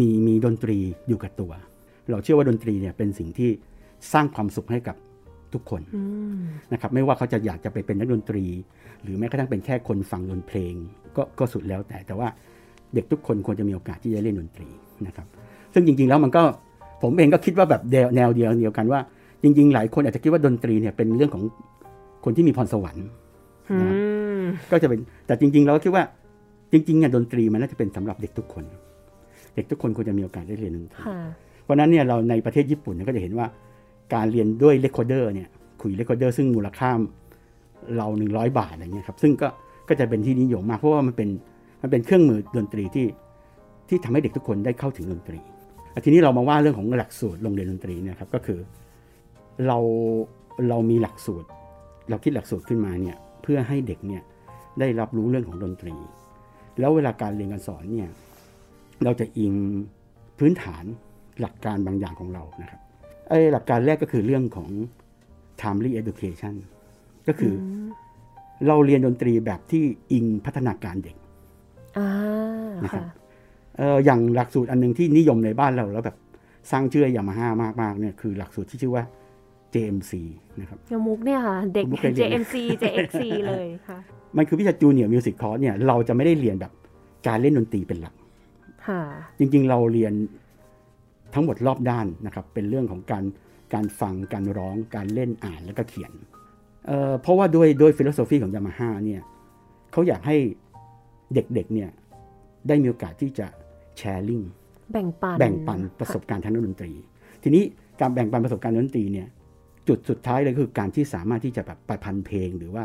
Speaker 1: มีมีดนตรีอยู่กับตัว เราเชื่อว่าดนตรีเนี่ยเป็นสิ่งที่สร้างความสุขให้กับทุกคน
Speaker 2: อืม
Speaker 1: นะครับไม่ว่าเขาจะอยากจะไปเป็นนักดนตรี หรือแม้กระทั่งเป็นแค่คนฟังดนเพลงก็ก็สุดแล้วแต่แต่ว่า เด็กทุกคนควรจะมีโอกาสที่จะเล่นดนตรีนะครับ ซึ่งจริง ๆ แล้วมันก็ผมเองก็คิดว่าแบบแนวแนวเดียวเดียวกันว่า จริง ๆ หลายคนอาจจะคิดว่าดนตรีเนี่ยเป็นเรื่องของคนที่มีพรสวรรค์
Speaker 2: อืม
Speaker 1: ก็จะเป็นแต่จริง ๆ เราคิดว่าจริงๆเนี่ยดนตรีมันน่าจะเป็นสำหรับเด็กทุกคน เด็กทุกคนควรจะมีโอกาสได้เรียนดนตรี
Speaker 2: ค่ะ
Speaker 1: เพราะฉะนั้นเนี่ยเราในประเทศญี่ปุ่นเนี่ยก็จะเห็นว่าการเรียนด้วยเลคคอเดอร์เนี่ยคุยเลคคอเดอร์ซึ่งมูลค่าเราหนึ่งร้อยบาทอะไรเงี้ยครับซึ่งก็ก็จะเป็นที่นิยมมาก เพราะว่ามันเป็นมันเป็นเครื่องมือดนตรีที่ที่ทำให้เด็กทุกคนได้เข้าถึงดนตรีอ่ะทีนี้เรามาว่าเรื่องของหลักสูตรโรงเรียนดนตรีเนะครับก็คือเราเรามีหลักสูตร เราคิดหลักสูตรขึ้นมาเนี่ยเพื่อให้เด็กเนี่ยได้รับรู้เรื่องของดนตรี แล้วเวลาการเรียนการสอนเนี่ยเราจะอิงพื้นฐาน หลักการบางอย่างของเรานะครับไอ้หลักการแรกก็คือเรื่องของ timely education ก็คืออเราเรียนดนตรีแบบที่อิงพัฒนาการเด็ก
Speaker 2: อ่า
Speaker 1: นะครับ
Speaker 2: ค่ะ
Speaker 1: เอออย่างหลักสูตรอันหนึงที่นิยมในบ้านเราแล้วแบบสร้างเชื่อยามาฮ่ามากๆเนี่ยคือหลักสูตรที่ชื่อว่า JMC นะครับ
Speaker 2: ยมุกเนี่ยค่ะ เด็ก
Speaker 1: ยมุกเคยเรียน
Speaker 2: JMC JXC เลยค่ะ
Speaker 1: มันคือวิชาจูเนียร์มิวสิกคอร์สเนี่ยเราจะไม่ได้เรียนแบบการเล่นดนตรีเป็นหลัก
Speaker 2: ค่ะ
Speaker 1: จริงๆ เราเรียนทั้งหมดรอบด้านนะครับ เป็นเรื่องของการการฟังการร้องการเล่นอ่านแล้วก็เขียนเอ่อเพราะว่าด้วยด้วยฟิโลโซฟีของยามาฮ่าเนี่ยเขาอยากให้เด็กๆเนี่ยได้มีโอกาสที่จะแชร์ลิง
Speaker 2: แบ่งปัน
Speaker 1: แบ่งปันประสบการณ์ทางด้านดนตรี ทีนี้การแบ่งปันประสบการณ์ดนตรีเนี่ยจุดสุดท้ายเลยคือการที่สามารถที่จะแบบประพันธ์เพลง หรือว่า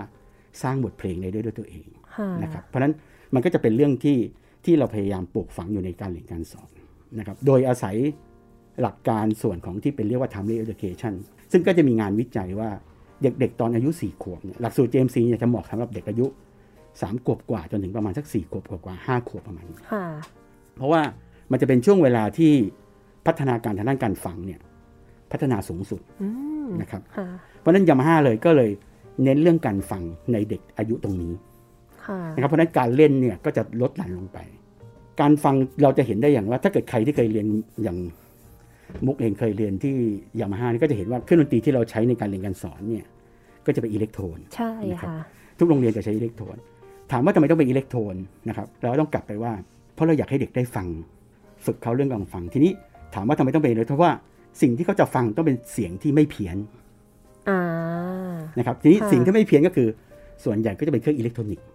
Speaker 1: สร้างบทเพลงได้ด้วยด้วยตัวเอง
Speaker 2: ค่ะ
Speaker 1: นะครับเพราะฉะนั้นมันก็จะเป็นเรื่องที่ที่เราพยายามปลูกฝังอยู่ในการเรียนการสอนนะครับโดยอาศัยหลักการส่วนของที่เป็นเรียกว่า timely education ซึ่งก็จะมีงานวิจัยว่าเด็กๆ ตอนอายุ 4 ขวบเนี่ยหลักสูตร JMC เนี่ยจะเหมาะสำหรับเด็กอายุ 3 ขวบกว่าจนถึงประมาณสัก 4 ขวบกว่าๆ5ขวบประมาณนี้
Speaker 2: ค่ะ
Speaker 1: เพราะว่ามันจะเป็นช่วงเวลาที่ พัฒนาการทางด้านการฟังเนี่ยพัฒนาสูงสุด
Speaker 2: อืม
Speaker 1: นะครับ
Speaker 2: ค่ะ
Speaker 1: เพราะฉะนั้นยามาฮ่าเลยก็เลยเน้นเรื่องการฟังในเด็กอายุตรงนี้
Speaker 2: ค่ะ
Speaker 1: นะครับเพราะฉะนั้นการเล่นเนี่ยก็จะลดหลั่นลงไป การฟังเราจะเห็นได้อย่างว่าถ้าเกิดใครที่เคยเรียนอย่างมุกเองเคยเรียนที่ยามาฮ่านี่ก็จะเห็นว่าเครื่องดนตรีที่เราใช้ในการเรียนการสอนเนี่ยก็จะเป็นอิเล็กโทรน
Speaker 2: ใช่ค่ะ
Speaker 1: ทุกโรงเรียนจะใช้อิเล็กโทรน ถามว่าทำไมต้องเป็นอิเล็กโทรนนะครับเราก็ต้องกลับไปว่า เพราะเราอยากให้เด็กได้ฟัง ฝึกเขาเรื่องการฟัง ทีนี้ถามว่าทำไมต้องเป็นอิเล็กโทรนเพราะว่าสิ่งที่เขาจะฟังต้องเป็นเสียงที่ไม่เพี้ยน
Speaker 2: อ่า
Speaker 1: นะครับ ทีนี้
Speaker 2: ค่ะ
Speaker 1: สิ่งที่ไม่เพี้ยนก็คือ ส่วนใหญ่ก็จะเป็นเครื่องอิเล็กทรอนิกส์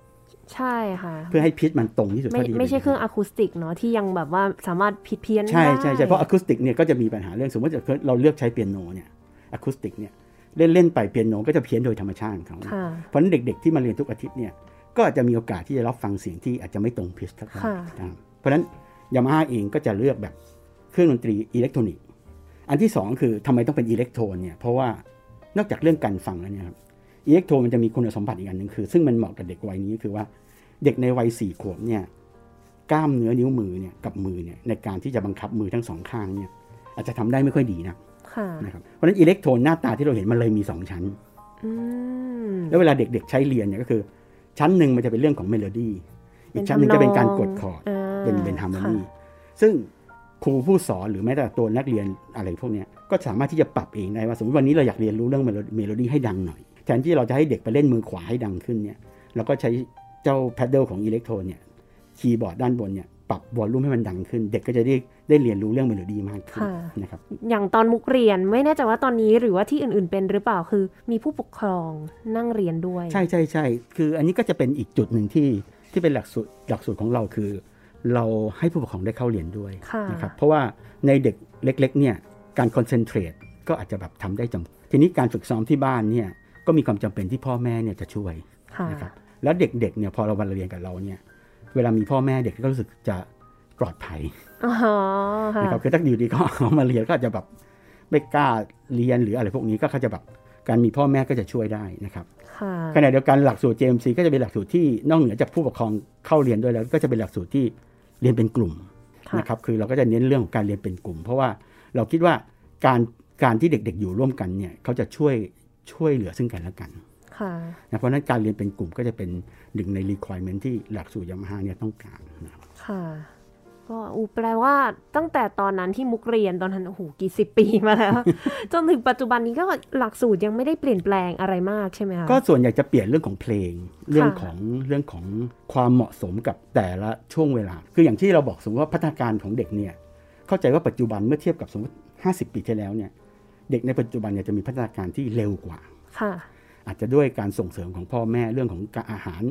Speaker 2: ใช่ค่ะ
Speaker 1: เพื่อให้พิชมันตรงที่สุด
Speaker 2: ไม่
Speaker 1: เท่าที่จะ
Speaker 2: ไม่ใช่
Speaker 1: ป็นป
Speaker 2: เครื่องอะคูสติกเนาะที่ยังแบบว่าสามารถผิดเพี้ยน
Speaker 1: ใช่
Speaker 2: ได้
Speaker 1: ใช่ใช่เพราะอะคูสติกเนี่ยก็จะมีปัญหาเรื่องสมมติว่าเราเลือกใช้เปียโนเนี่ยอะคูสติกเนี่ยเล่นเล่นๆไปเปียโนก็จะเพี้ยนโดยธรรมชาติของเขา
Speaker 2: ค่ะ
Speaker 1: เพราะฉะนั้นเด็กๆที่มาเรียนทุกอาทิตย์เนี่ยก็อาจจะมีโอกาสที่จะรับฟังเสียงที่อาจจะไม่ตรงพิชเท่าไหร่
Speaker 2: ค่ะ
Speaker 1: อ่าเพราะฉะนั้นยามาฮ่าเองก็จะเลือกแบบเครื่องดนตรีอิเล็กทรอนิกส์อันที่สองคือทำไมต้องเป็นอิเล็กโทรนเนี่ยเพราะว่านอกจากเรื่องการฟังแล้วเนี่ยครับอิเล็กโทรนมันจะมีคุณสมบัติอีกอันหนึ่งคือซึ่งมันเหมาะกับเด็กวัยนี้คือว่าเด็กในวัยสี่ขวบเนี่ยกล้ามเนื้อนิ้วมือเนี่ยกับมือเนี่ยในการที่จะบังคับมือทั้งสองข้างเนี่ยอาจจะทำได้ไม่ค่อยดีนะ
Speaker 2: ค่ะ
Speaker 1: นะครับเพราะฉะนั้นอิเล็กโทรนหน้าตาที่เราเห็นมันเลยมีสองชั้น
Speaker 2: อืม
Speaker 1: แล้วเวลาเด็กๆใช้เรียนเนี่ยก็คือ ชั้นหนึ่งมันจะเป็นเรื่องของเมโลดี้อีกชั้นหนึ่งจะเป็นการกดคอร์ด เป็นเป็นฮาร์โมนีซึ่งครูผู้สอนหรือแม้แต่ตัวนักเรียนอะไรพวกเนี้ยก็สามารถที่จะปรับเองได้ว่าสมมติวันนี้เราอยากเรียนรู้เรื่องเมโลเมโลดี้ให้ดังหน่อยแทนที่เราจะให้เด็กไปเล่นมือขวาให้ดังขึ้นเนี่ยเราก็ใช้เจ้าแพดเดิลของอิเล็กโทรนเนี่ยคีย์บอร์ดด้านบนเนี่ยปรับวอลลุ่มให้มันดังขึ้น เด็กก็จะได้ได้เรียนรู้เรื่องเมโลดี้มากขึ้น
Speaker 2: ค่ะ
Speaker 1: นะครับ
Speaker 2: อย่างตอนมุกเรียนไม่แน่ใจว่าตอนนี้หรือว่าที่อื่น ๆ เป็นหรือเปล่าคือ มีผู้ปกครองนั่งเรียนด้วย
Speaker 1: ใช่ใช่ใช่คืออันนี้ก็จะเป็นอีกจุดหนึ่งที่ที่เป็นหลักสูตรหลักสูตรของเราคือ เราให้ผู้ปกครองได้เข้าเรียนด้วย
Speaker 2: ค่ะ
Speaker 1: นะครับเพราะว่าในเด็กเล็กๆเนี่ยการคอนเซนเทรตก็อาจจะแบบทำได้จำทีนี้การฝึกซ้อมที่บ้านเนี่ยก็มีความจำเป็นที่พ่อแม่เนี่ยจะช่วย
Speaker 2: ค่ะ
Speaker 1: นะครับแล้วเด็กๆเนี่ยพอเรามาเรียนกับเราเนี่ยเวลามีพ่อแม่เด็กก็รู้สึกจะปลอดภัย
Speaker 2: อ๋อค่ะ
Speaker 1: นะครับคือถ้าอยู่ดีก็ เอามาเรียนก็อาจจะแบบไม่กล้าเรียนหรืออะไรพวกนี้ก็เขาจะแบบการมีพ่อแม่ก็จะช่วยได้นะครับ
Speaker 2: ค่ะ
Speaker 1: ขณะเดียวกันหลักสูตร JMC ก็จะเป็นหลักสูตรที่นอกเหนือจากผู้ปกครองเข้าเรียนด้วยแล้ว ก็จะเป็นหลักสูตรที่เรียนเป็นกลุ่ม
Speaker 2: ค่ะ
Speaker 1: นะครับคือเราก็จะเน้นเรื่องของการเรียนเป็นกลุ่ม เพราะว่าเราคิดว่าการการที่เด็กๆ อยู่ร่วมกันเนี่ยเขาจะช่วยช่วยเหลือซึ่งกันและกัน
Speaker 2: ค่ะ
Speaker 1: นะเพราะฉะนั้นการเรียนเป็นกลุ่มก็จะเป็นหนึ่งใน requirement ที่หลักสูตรยามาฮ่าเนี่ยต้องการนะครับ
Speaker 2: ค่ะก็อูแปลว่าตั้งแต่ตอนนั้นที่มุกเรียนตอนนั้นโอ้โหกี่สิบปีมา แล้ว จนถึงปัจจุบันนี้ก็หลักสูตรยังไม่ได้เปลี่ยนแปลงอะไรมากใช่ไหมคะ
Speaker 1: ก็ส่วนใหญ่จะเปลี่ยนเรื่องของเพลง เรื่องของเรื่องของความเหมาะสมกับแต่ละช่วงเวลา คืออย่างที่เราบอกสมมติว่าพัฒนาการของเด็กเนี่ยเข้าใจว่าปัจจุบันเมื่อเทียบกับสมมติ 50 ปีที่แล้วเนี่ยเด็กในปัจจุบันเนี่ยจะมีพัฒนาการที่เร็วกว่า
Speaker 2: ค่ะ
Speaker 1: อาจจะด้วยการส่งเสริมของพ่อแม่เรื่องของการอาหาร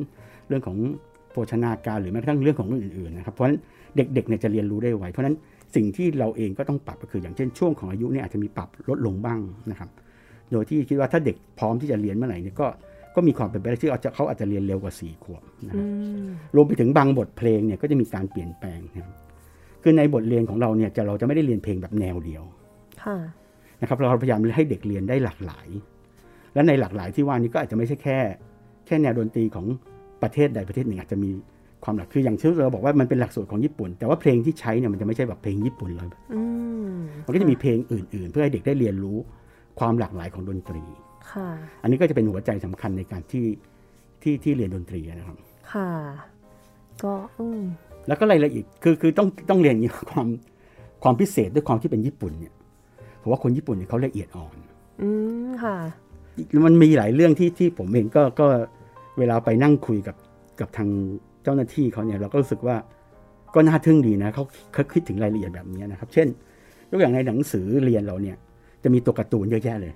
Speaker 1: เรื่องของโภชนาการหรือแม้กระทั่งเรื่องของอื่นๆนะครับเพราะฉะนั้นเด็กๆเนี่ยจะเรียนรู้ได้ไวเพราะฉะนั้นสิ่งที่เราเองก็ต้องปรับก็คือ อย่างเช่นช่วงของอายุเนี่ยอาจจะมีปรับลดลงบ้างนะครับ โดยที่คิดว่าถ้าเด็กพร้อมที่จะเรียนเมื่อไหร่เนี่ยก็ก็มีความเป็นไปได้ที่เขาจะเขาอาจจะเรียนเร็วกว่าสี่ขวบนะค
Speaker 2: อื
Speaker 1: รับ
Speaker 2: ม
Speaker 1: รวมไปถึงบางบทเพลงเนี่ยก็จะมีการเปลี่ยนแปลงนะครับคือในบทเรียนของเราเนี่ยจะเราจะไม่ได้เรียนเพลงแบบแนวเดียว
Speaker 2: ค่ะ
Speaker 1: นะครับเราพยายามให้เด็กเรียนได้หลากหลาย และในหลากหลายที่ว่านี้ก็อาจจะไม่ใช่แค่ แค่แนวดนตรีของประเทศใดประเทศหนึ่งอาจจะมีความหลากคืออย่างเช่นเราบอกว่ามันเป็นหลักสูตรของญี่ปุ่น แต่ว่าเพลงที่ใช้เนี่ยมันจะไม่ใช่แบบเพลงญี่ปุ่นเลย
Speaker 2: อืม
Speaker 1: มันก็จะมีเพลงอื่น ๆ เพื่อให้เด็กได้เรียนรู้ความหลากหลายของดนตรี
Speaker 2: ค่ะ
Speaker 1: อันนี้ก็จะเป็นหัวใจสำคัญในการที่ที่ที่เรียนดนตรีนะครับ
Speaker 2: ค่ะ ก็อืม
Speaker 1: แล้วก็รายละเอียดคือคือต้องต้องเรียนอย่างนี้ความความพิเศษด้วยความที่เป็นญี่ปุ่นเนี่ยผมว่าคนญี่ปุ่นเนี่ยเขาละเอียดอ่อน
Speaker 2: อืม ค่ะ
Speaker 1: มันมีหลายเรื่องที่ที่ผมเองก็ก็เวลาไปนั่งคุยกับกับทางเจ้าหน้าที่เขาเนี่ยเราก็รู้สึกว่าก็น่าทึ่งดีนะเขาเขาคิดถึงรายละเอียดแบบนี้นะครับ เช่นยกอย่างในหนังสือเรียนเราเนี่ยจะมีตัวการ์ตูนเยอะแยะเลย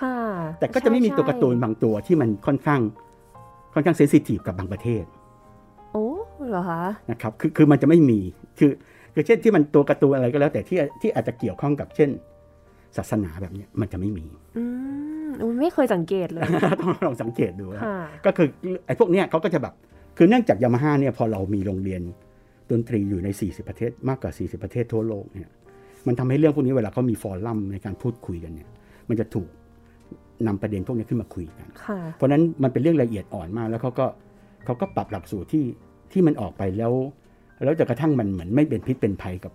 Speaker 2: ค่ะ
Speaker 1: แต่ก็จะไม่มี
Speaker 2: ใช่
Speaker 1: ตัวการ์ตูนบางตัวที่มันค่อนข้างค่อนข้างเซนซิทีฟกับบางประเทศ
Speaker 2: โอ้เหรอคะ
Speaker 1: นะครับคือคือมันจะไม่มีคือคือเช่นที่มันตัวการ์ตูนอะไรก็แล้ว แต่ที่ที่อาจจะเกี่ยวข้องกับเช่น ศาสนาแบบเนี้ยมันจะไม่มี
Speaker 2: อืมอุ๊ยไม่เคยสังเกตเลย
Speaker 1: ต้องลองสังเกตดูนะ
Speaker 2: ค่ะ
Speaker 1: ก็คือไอ้พวกเนี้ยเขาก็จะแบบ คือเนื่องจากยามาฮ่าเนี่ยพอเรามีโรงเรียนดนตรีอยู่ใน 40 ประเทศมากกว่า 40 ประเทศทั่วโลกเนี่ยมันทำให้เรื่องพวกนี้เวลาเขามีฟอรัมในการพูดคุยกันเนี่ยมันจะถูกนำประเด็นพวกนี้ขึ้นมาคุยกัน
Speaker 2: ค่ะ
Speaker 1: เพราะฉะนั้นมันเป็นเรื่องละเอียดอ่อนมากแล้วเขาก็เขาก็ปรับหลักสูตรที่ที่มันออกไปแล้ว แล้วจนกระทั่งมันเหมือนไม่เป็นพิษเป็นภัยกับ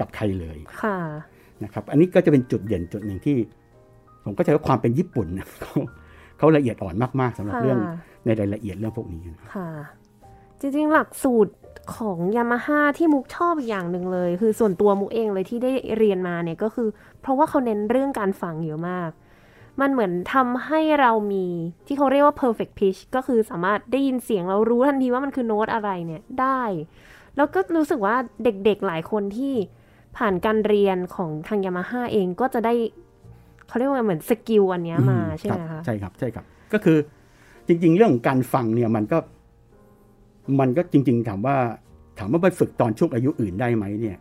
Speaker 1: กับใครเลย
Speaker 2: ค่ะ
Speaker 1: นะครับ อันนี้ก็จะเป็นจุดเด่นจุดหนึ่งที่ ผมก็จะว่าความเป็นญี่ปุ่นนะ เขาเขาละเอียดอ่อนมากๆสำหรับ
Speaker 2: ค่ะ
Speaker 1: เรื่องในรายละเอียดเรื่องพวกนี้นะ
Speaker 2: ค่ะ จริงๆ หลักสูตรของยามาฮ่าที่มุกชอบอีกอย่างหนึ่งเลย คือส่วนตัวมุกเองเลยที่ได้เรียนมาเนี่ยก็คือ เพราะว่าเขาเน้นเรื่องการฟังเยอะมาก มันเหมือนทำให้เรามีที่เขาเรียกว่า perfect pitch ก็คือสามารถได้ยินเสียงเรารู้ทันทีว่ามันคือโน้ตอะไรเนี่ยได้ แล้วก็รู้สึกว่าเด็กๆหลายคนที่ผ่านการเรียนของทางยามาฮ่าเองก็จะได้เขาเรียกว่าเหมือนสกิลอันเนี้ยมาใช่ไหม
Speaker 1: รับ
Speaker 2: คะ
Speaker 1: ใช่ครับ ใช่ครับ ก็คือจริง ๆ เรื่องการฟังเนี่ยมันก็ มันก็จริง ๆ ถามว่า ถามว่าไปฝึกตอนช่วงอายุอื่นได้ไหมเนี่ย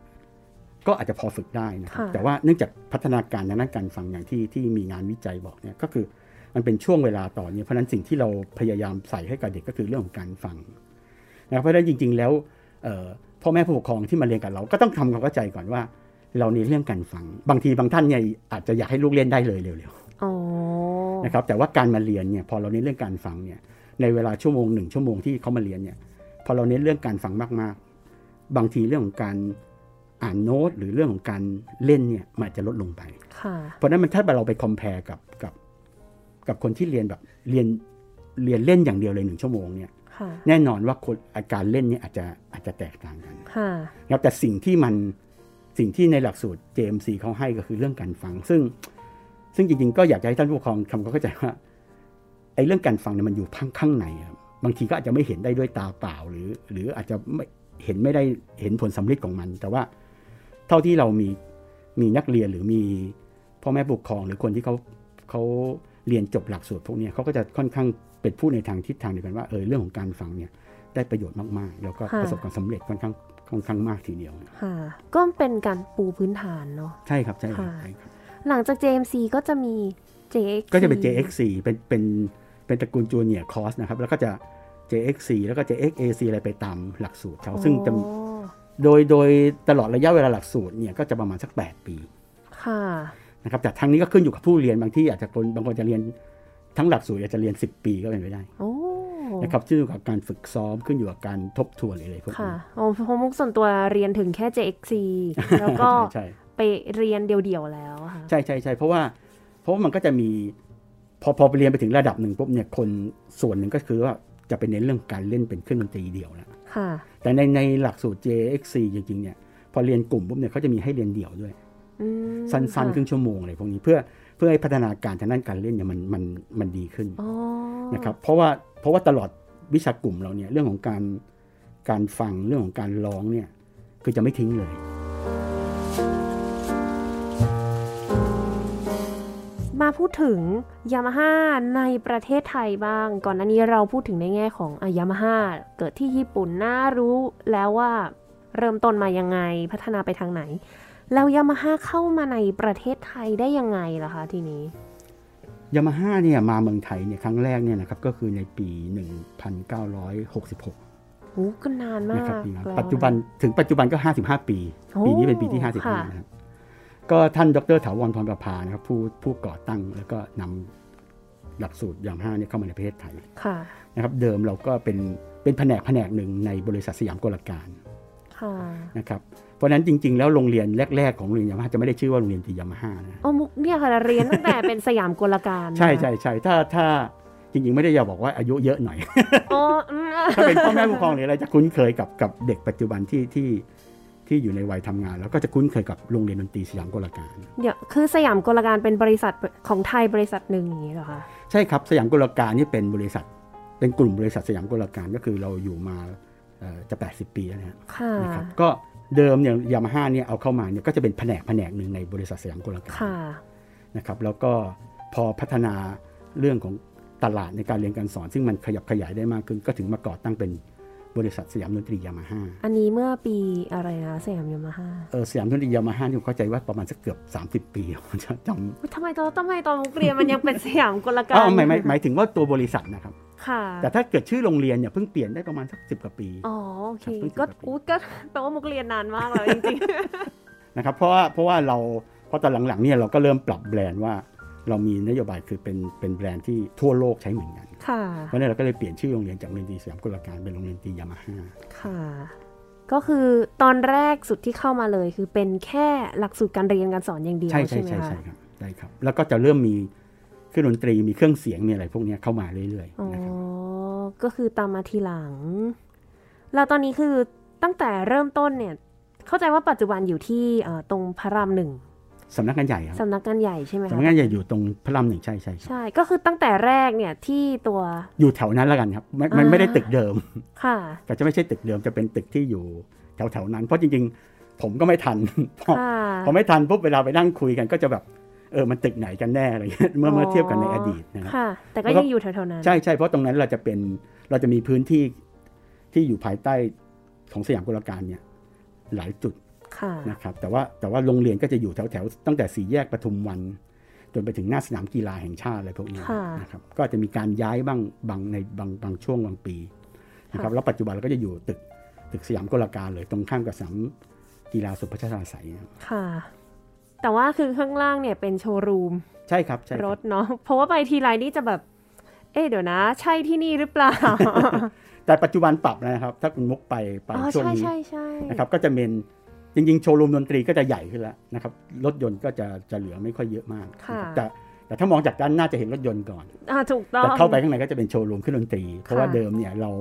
Speaker 1: ก็อาจจะพอฝึกได้นะครับ
Speaker 2: ค่ะ
Speaker 1: แต่ว่าเนื่องจากพัฒนาการทางด้านการฟังอย่างที่ที่มีงานวิจัยบอกเนี่ยก็คือมันเป็นช่วงเวลาต่อเนี่ยเพราะฉะนั้นสิ่งที่เราพยายามใส่ให้กับเด็กก็คือเรื่องของการฟังนะครับเพราะฉะนั้นจริง ๆ แล้วเอ่อพ่อแม่ผู้ปกครองที่มาเรียนกับเราก็ต้องทำความเข้าใจก่อนว่า เราในเรื่องการฟัง บางทีบางท่านเนี่ยอาจจะอยากให้ลูกเล่นได้เลยเร็วๆ
Speaker 2: อ๋อ
Speaker 1: นะครับแต่ว่าการมาเรียนเนี่ยพอเราเน้นเรื่องการฟังเนี่ยในเวลาชั่วโมงหนึ่งชั่วโมงที่เขามาเรียนเนี่ยพอเราเน้นเรื่องการฟังมากๆ บางทีเรื่องของการอ่านโน้ตหรือเรื่องของการเล่นเนี่ยมันอาจจะลดลงไป
Speaker 2: ค่ะ
Speaker 1: เพราะฉะนั้นมันถ้าเราไปคอมเพลกับกับกับคนที่เรียนแบบเรียนเรียนเล่นอย่างเดียวเลยหนึ่งชั่วโมงเนี่ย
Speaker 2: ค่ะ
Speaker 1: แน่นอนว่าคนอาการเล่นเนี่ยอาจจะอาจจะแตกต่างกัน
Speaker 2: ค่ะ
Speaker 1: นะครับแต่สิ่งที่มันสิ่งที่ในหลักสูตร JMC เขาให้ก็คือเรื่องการฟัง ซึ่งซึ่งจริงๆ ก็อยากจะให้ท่านผู้ปกครองทำความเข้าใจว่าไอ้เรื่องการฟังเนี่ยมันอยู่ข้างข้างในครับบางทีก็อาจจะไม่เห็นได้ด้วยตาเปล่าหรือ หรืออาจจะไม่เห็นไม่ได้เห็นผลสำลิดของมัน แต่ว่าเท่าที่เรามีมีนักเรียนหรือมีพ่อแม่ผู้ปกครอง หรือคนที่เขาเขาเรียนจบหลักสูตรพวกเนี้ยเขาก็จะค่อนข้างเป็นผู้ในทางทิศทางเดียวกันว่าเออเรื่องของการฟังเนี่ยได้ประโยชน์มากๆ แล้วก็
Speaker 2: ค่ะ
Speaker 1: ประสบความสำเร็จค่อนข้าง ค่อนข้างมากทีเดียวนะ
Speaker 2: ค่ะ ก็เป็นการปูพื้นฐานเนาะ
Speaker 1: ใช่ครับใช่ครับ
Speaker 2: ค่ะ
Speaker 1: ใช่ครับ
Speaker 2: หลังจาก JMC ก็จะมี JX
Speaker 1: ก็จะเป็น JX4 เป็นเป็นเป็นตระกูลจูเนียร์คอร์สนะครับ แล้วก็จะ JX4 แล้วก็ JXAC อะไรไปตามหลักสูตรเขาซึ่งจะ
Speaker 2: อ๋อ
Speaker 1: โดยโดยตลอดระยะเวลาหลักสูตรเนี่ยก็จะประมาณสัก 8 ปี
Speaker 2: ค่ะ
Speaker 1: นะครับแต่ทั้งนี้ก็ขึ้นอยู่กับผู้เรียนบางที่อาจจะคนบางคนจะเรียนทั้งหลักสูตรอาจจะเรียน 10 ปีก็เป็นไปได้
Speaker 2: โอ้
Speaker 1: นะครับขึ้นอยู่กับการฝึกซ้อมขึ้นอยู่กับการทบทวนหรืออะไรพวก
Speaker 2: ค่ะ
Speaker 1: นี้
Speaker 2: โอ้เพราะมุกส่วนตัวเรียนถึงแค่ JXC แล้วก็
Speaker 1: ใช่
Speaker 2: ไปเรียนเดี่ยวๆแล้วอะค่ะ
Speaker 1: ใช่ใช่ใช่เพราะว่าเพราะว่ามันก็จะมีพอพอไปเรียนไปถึงระดับหนึ่งปุ๊บเนี่ยคนส่วนหนึ่งก็คือว่าจะไปเน้นเรื่องการเล่นเป็นเครื่องดนตรีเดี่ยวแล้ว
Speaker 2: ค่ะ
Speaker 1: แต่ในในหลักสูตร JXC จริงๆเนี่ยพอเรียนกลุ่มปุ๊บเนี่ยเขาจะมีให้เรียนเดี่ยวด้วย
Speaker 2: อืม
Speaker 1: สั้นๆครึ่งชั่วโมงอะไรพวกนี้เพื่อเพื่อให้พัฒนาการทางด้านการเล่นเนี่ยมันมันมันดีขึ้น
Speaker 2: อ๋อ
Speaker 1: นะครับเพราะว่าเพราะว่าตลอดวิชากลุ่มเราเนี่ยเรื่องของการการฟังเรื่องของการร้องเนี่ยคือจะไม่ทิ้งเลย
Speaker 2: มาพูดถึงยามาฮ่าในประเทศไทยบ้าง ก่อนหน้านี้เราพูดถึงในแง่ของยามาฮ่าเกิดที่ญี่ปุ่นน่ารู้แล้วว่าเริ่มต้นมายังไงพัฒนาไปทางไหน แล้วยามาฮ่าเข้ามาในประเทศไทยได้ยังไงล่ะคะทีนี้
Speaker 1: ยามาฮ่าเนี่ยมาเมืองไทยเนี่ยครั้งแรกเนี่ยนะครับก็คือในปี 1966
Speaker 2: โอ้ก็นานมาก
Speaker 1: นะครับปีนั้น
Speaker 2: แล้ว
Speaker 1: ปัจจุบันถึงปัจจุบันก็ 55 ปี ปีนี้เป็นปีที่
Speaker 2: โอ้ค่ะ
Speaker 1: 55นะครับก็ท่านดรถาวรพรประภานะครับผู้ผู้ก่อตั้งแล้วก็นำหลักสูตรยามาฮ่าเนี่ยเข้ามาในประเทศไทย
Speaker 2: ค่ะ
Speaker 1: นะครับเดิมเราก็เป็นเป็นแผนกแผนกหนึ่งในบริษัทสยามกลการ
Speaker 2: ค่ะ
Speaker 1: นะครับเพราะฉะนั้นจริง ๆ แล้วโรงเรียนแรก ๆ ของโรงเรียนยามาฮ่าจะไม่ได้ชื่อว่าโรงเรียนตียามาฮ่านะ
Speaker 2: โอ้มุกเนี่ยค่ะ เรียนตั้งแต่เป็นสยามกลการ
Speaker 1: ใช่ใช่ใช่ถ้าถ้าจริง ๆ ไม่ได้อยากบอกว่าอายุเยอะหน่อย
Speaker 2: โอ้อืม
Speaker 1: ถ้าเป็นพ่อแม่ผู้ปกครองหรืออะไรจะคุ้นเคยกับกับเด็กปัจจุบันที่ที่ที่อยู่ในวัยทำงาน แล้วก็จะคุ้นเคยกับโรงเรียนดนตรีสยามกลการ
Speaker 2: เดี๋ยวคือสยามกลการเป็นบริษัทของไทยบริษัทหนึ่งอย่างนี้เหรอคะ
Speaker 1: ใช่ครับสยามกลการนี่เป็นบริษัท เป็นกลุ่มบริษัทสยามกลการก็คือเราอยู่มาเอ่อจะ 80 ปีแล้วนะฮะ
Speaker 2: ค่ะ
Speaker 1: นะครับก็เดิมอย่างยามาฮ่าเนี่ยเอาเข้ามาเนี่ยก็จะเป็นแผนกแผนกหนึ่งในบริษัทสยามกลการ
Speaker 2: ค่ะ
Speaker 1: นะครับแล้วก็พอพัฒนาเรื่องของตลาดในการเรียนการสอน ซึ่งมันขยับขยายได้มากขึ้น ก็ถึงมาก่อตั้งเป็นบริษัทสยามดนตรียามาฮ่า
Speaker 2: อันนี้เมื่อปีอะไรนะสยามยามาฮ่า
Speaker 1: เออสยามดนตรียามาฮ่าที่ผมเข้าใจว่าประมาณสักเกือบ 30 ปี ผมจะจำ
Speaker 2: ทำไมตอนทำไมตอนมุกเรียนมันยังเป็นสยามกลการ
Speaker 1: อ๋อหมายหมายหมายถึงว่าตัวบริษัทนะครับ
Speaker 2: ค่ะ
Speaker 1: แต่ถ้าเกิดชื่อโรงเรียนเนี่ยเพิ่งเปลี่ยนได้ประมาณสักสิกว่าปี
Speaker 2: อ๋อโอเค
Speaker 1: ครับ
Speaker 2: ก็อู้ก็แปลว่ามุกเรียนนานมากแล้วจริง
Speaker 1: นะครับเพราะว่าเพราะว่าเราเพราะตอนหลังๆเนี่ยเราก็เริ่มปรับแบรนด์ว่า เรามีนโยบายคือเป็นเป็นแบรนด์ที่ทั่วโลกใช้เหมือนกัน
Speaker 2: ๆ ค่ะ
Speaker 1: เพราะฉะนั้นเราก็เลยเปลี่ยนชื่อโรงเรียนจากโรงเรียนตีสยามกลการเป็นโรงเรียนตียามาฮ่า
Speaker 2: ค่ะ ก็คือตอนแรกสุดที่เข้ามาเลย คือเป็นแค่หลักสูตรการเรียนการสอนอย่างเดียว
Speaker 1: ใช่ใช่
Speaker 2: ใช่ไหม
Speaker 1: ใช่
Speaker 2: คะ
Speaker 1: ใช่ครับใช่ครับ แล้วก็จะเริ่มมีเครื่องดนตรีมีเครื่องเสียงมีอะไรพวกเนี้ยเข้ามาเรื่อย
Speaker 2: อ๋อ
Speaker 1: ๆนะครับ
Speaker 2: ก็คือตามมาทีหลัง แล้วตอนนี้คือตั้งแต่เริ่มต้นเนี่ย เข้าใจว่าปัจจุบันอยู่ที่เอ่อตรงพระรามหนึ่ง
Speaker 1: สำนักงานใหญ่ครับ
Speaker 2: สำนักงานใหญ่ใช่ไหมคะ
Speaker 1: สำนักงานใหญ่อยู่ตรงพระรามหนึ่งใช่ใช่ครับ
Speaker 2: ใช่ก็คือตั้งแต่แรกเนี่ยที่ตัว
Speaker 1: อยู่แถวนั้นแล้วกันครับไมไม่
Speaker 2: อ่า
Speaker 1: ไม่ได้ตึกเดิม
Speaker 2: ค่ะ
Speaker 1: แต่จะไม่ใช่ตึกเดิมจะเป็นตึกที่อยู่แถวๆนั้น เพราะจริงๆ ผมก็ไม่ทัน พอ
Speaker 2: ค่ะ
Speaker 1: พอไม่ทันปุ๊บเวลาไปนั่งคุยกันก็จะแบบเออมันตึกไหนกันแน่อะไรเงี้ย เมื่อเมื่อเทียบกันในอดีตนะครับ
Speaker 2: ค่ะ แต่ก็
Speaker 1: แล้วก็
Speaker 2: ยังอยู่แถวๆนั้น
Speaker 1: ใช่ใช่เพราะตรงนั้นเราจะเป็นเราจะมีพื้นที่ที่อยู่ภายใต้ของสยามกุลการเนี่ยหลายจุด
Speaker 2: ค่ะ
Speaker 1: นะครับ แต่ว่าแต่ว่าโรงเรียนก็จะอยู่แถวแถวๆตั้งแต่สี่แยกปทุมวัน จนไปถึงหน้าสนามกีฬาแห่งชาติอะไรพวกนี้
Speaker 2: ค่ะ
Speaker 1: นะครับก็จะมีการย้ายบ้างบางในบางบางช่วงบางปีนะครับแล้วปัจจุบันเราก็จะอยู่ตึกตึกสยามกุลการเลยตรงข้ามกับสนามกีฬาสุพัชราไสยนะครับ
Speaker 2: ค่ะ แต่ว่าคือข้างล่างเนี่ยเป็นโชว์รูม
Speaker 1: ใช่ครับใช่ค
Speaker 2: ร
Speaker 1: รับ
Speaker 2: ถเนาะ เพราะว่าไปทีไรนี่จะแบบ เอ๊ะเดี๋ยวนะ ใช่ที่นี่หรือเป ล่า
Speaker 1: แต่ปัจจุบันปรับแล้วนะครับ ถ้าคุณมุกไปไป
Speaker 2: อ๋อ
Speaker 1: ช่วง
Speaker 2: ใช่
Speaker 1: นี้
Speaker 2: ใช่ใช่
Speaker 1: นะครับก็จะเป็นจริงๆ โชว์รูมดนตรีก็จะใหญ่ขึ้นแล้วนะครับรถยนต์ก็จะจะเหลือไม่ค่อยเยอะมากนะครับแต่แต่ถ้ามองจากด้านหน้าจะเห็นรถยนต์ก่อน
Speaker 2: อ่าถูกต้อง
Speaker 1: แต่เข้าไปข้างในก็จะเป็นโชว์รูมเครื่องดนตรี เพราะว่าเดิมเนี่ยเรา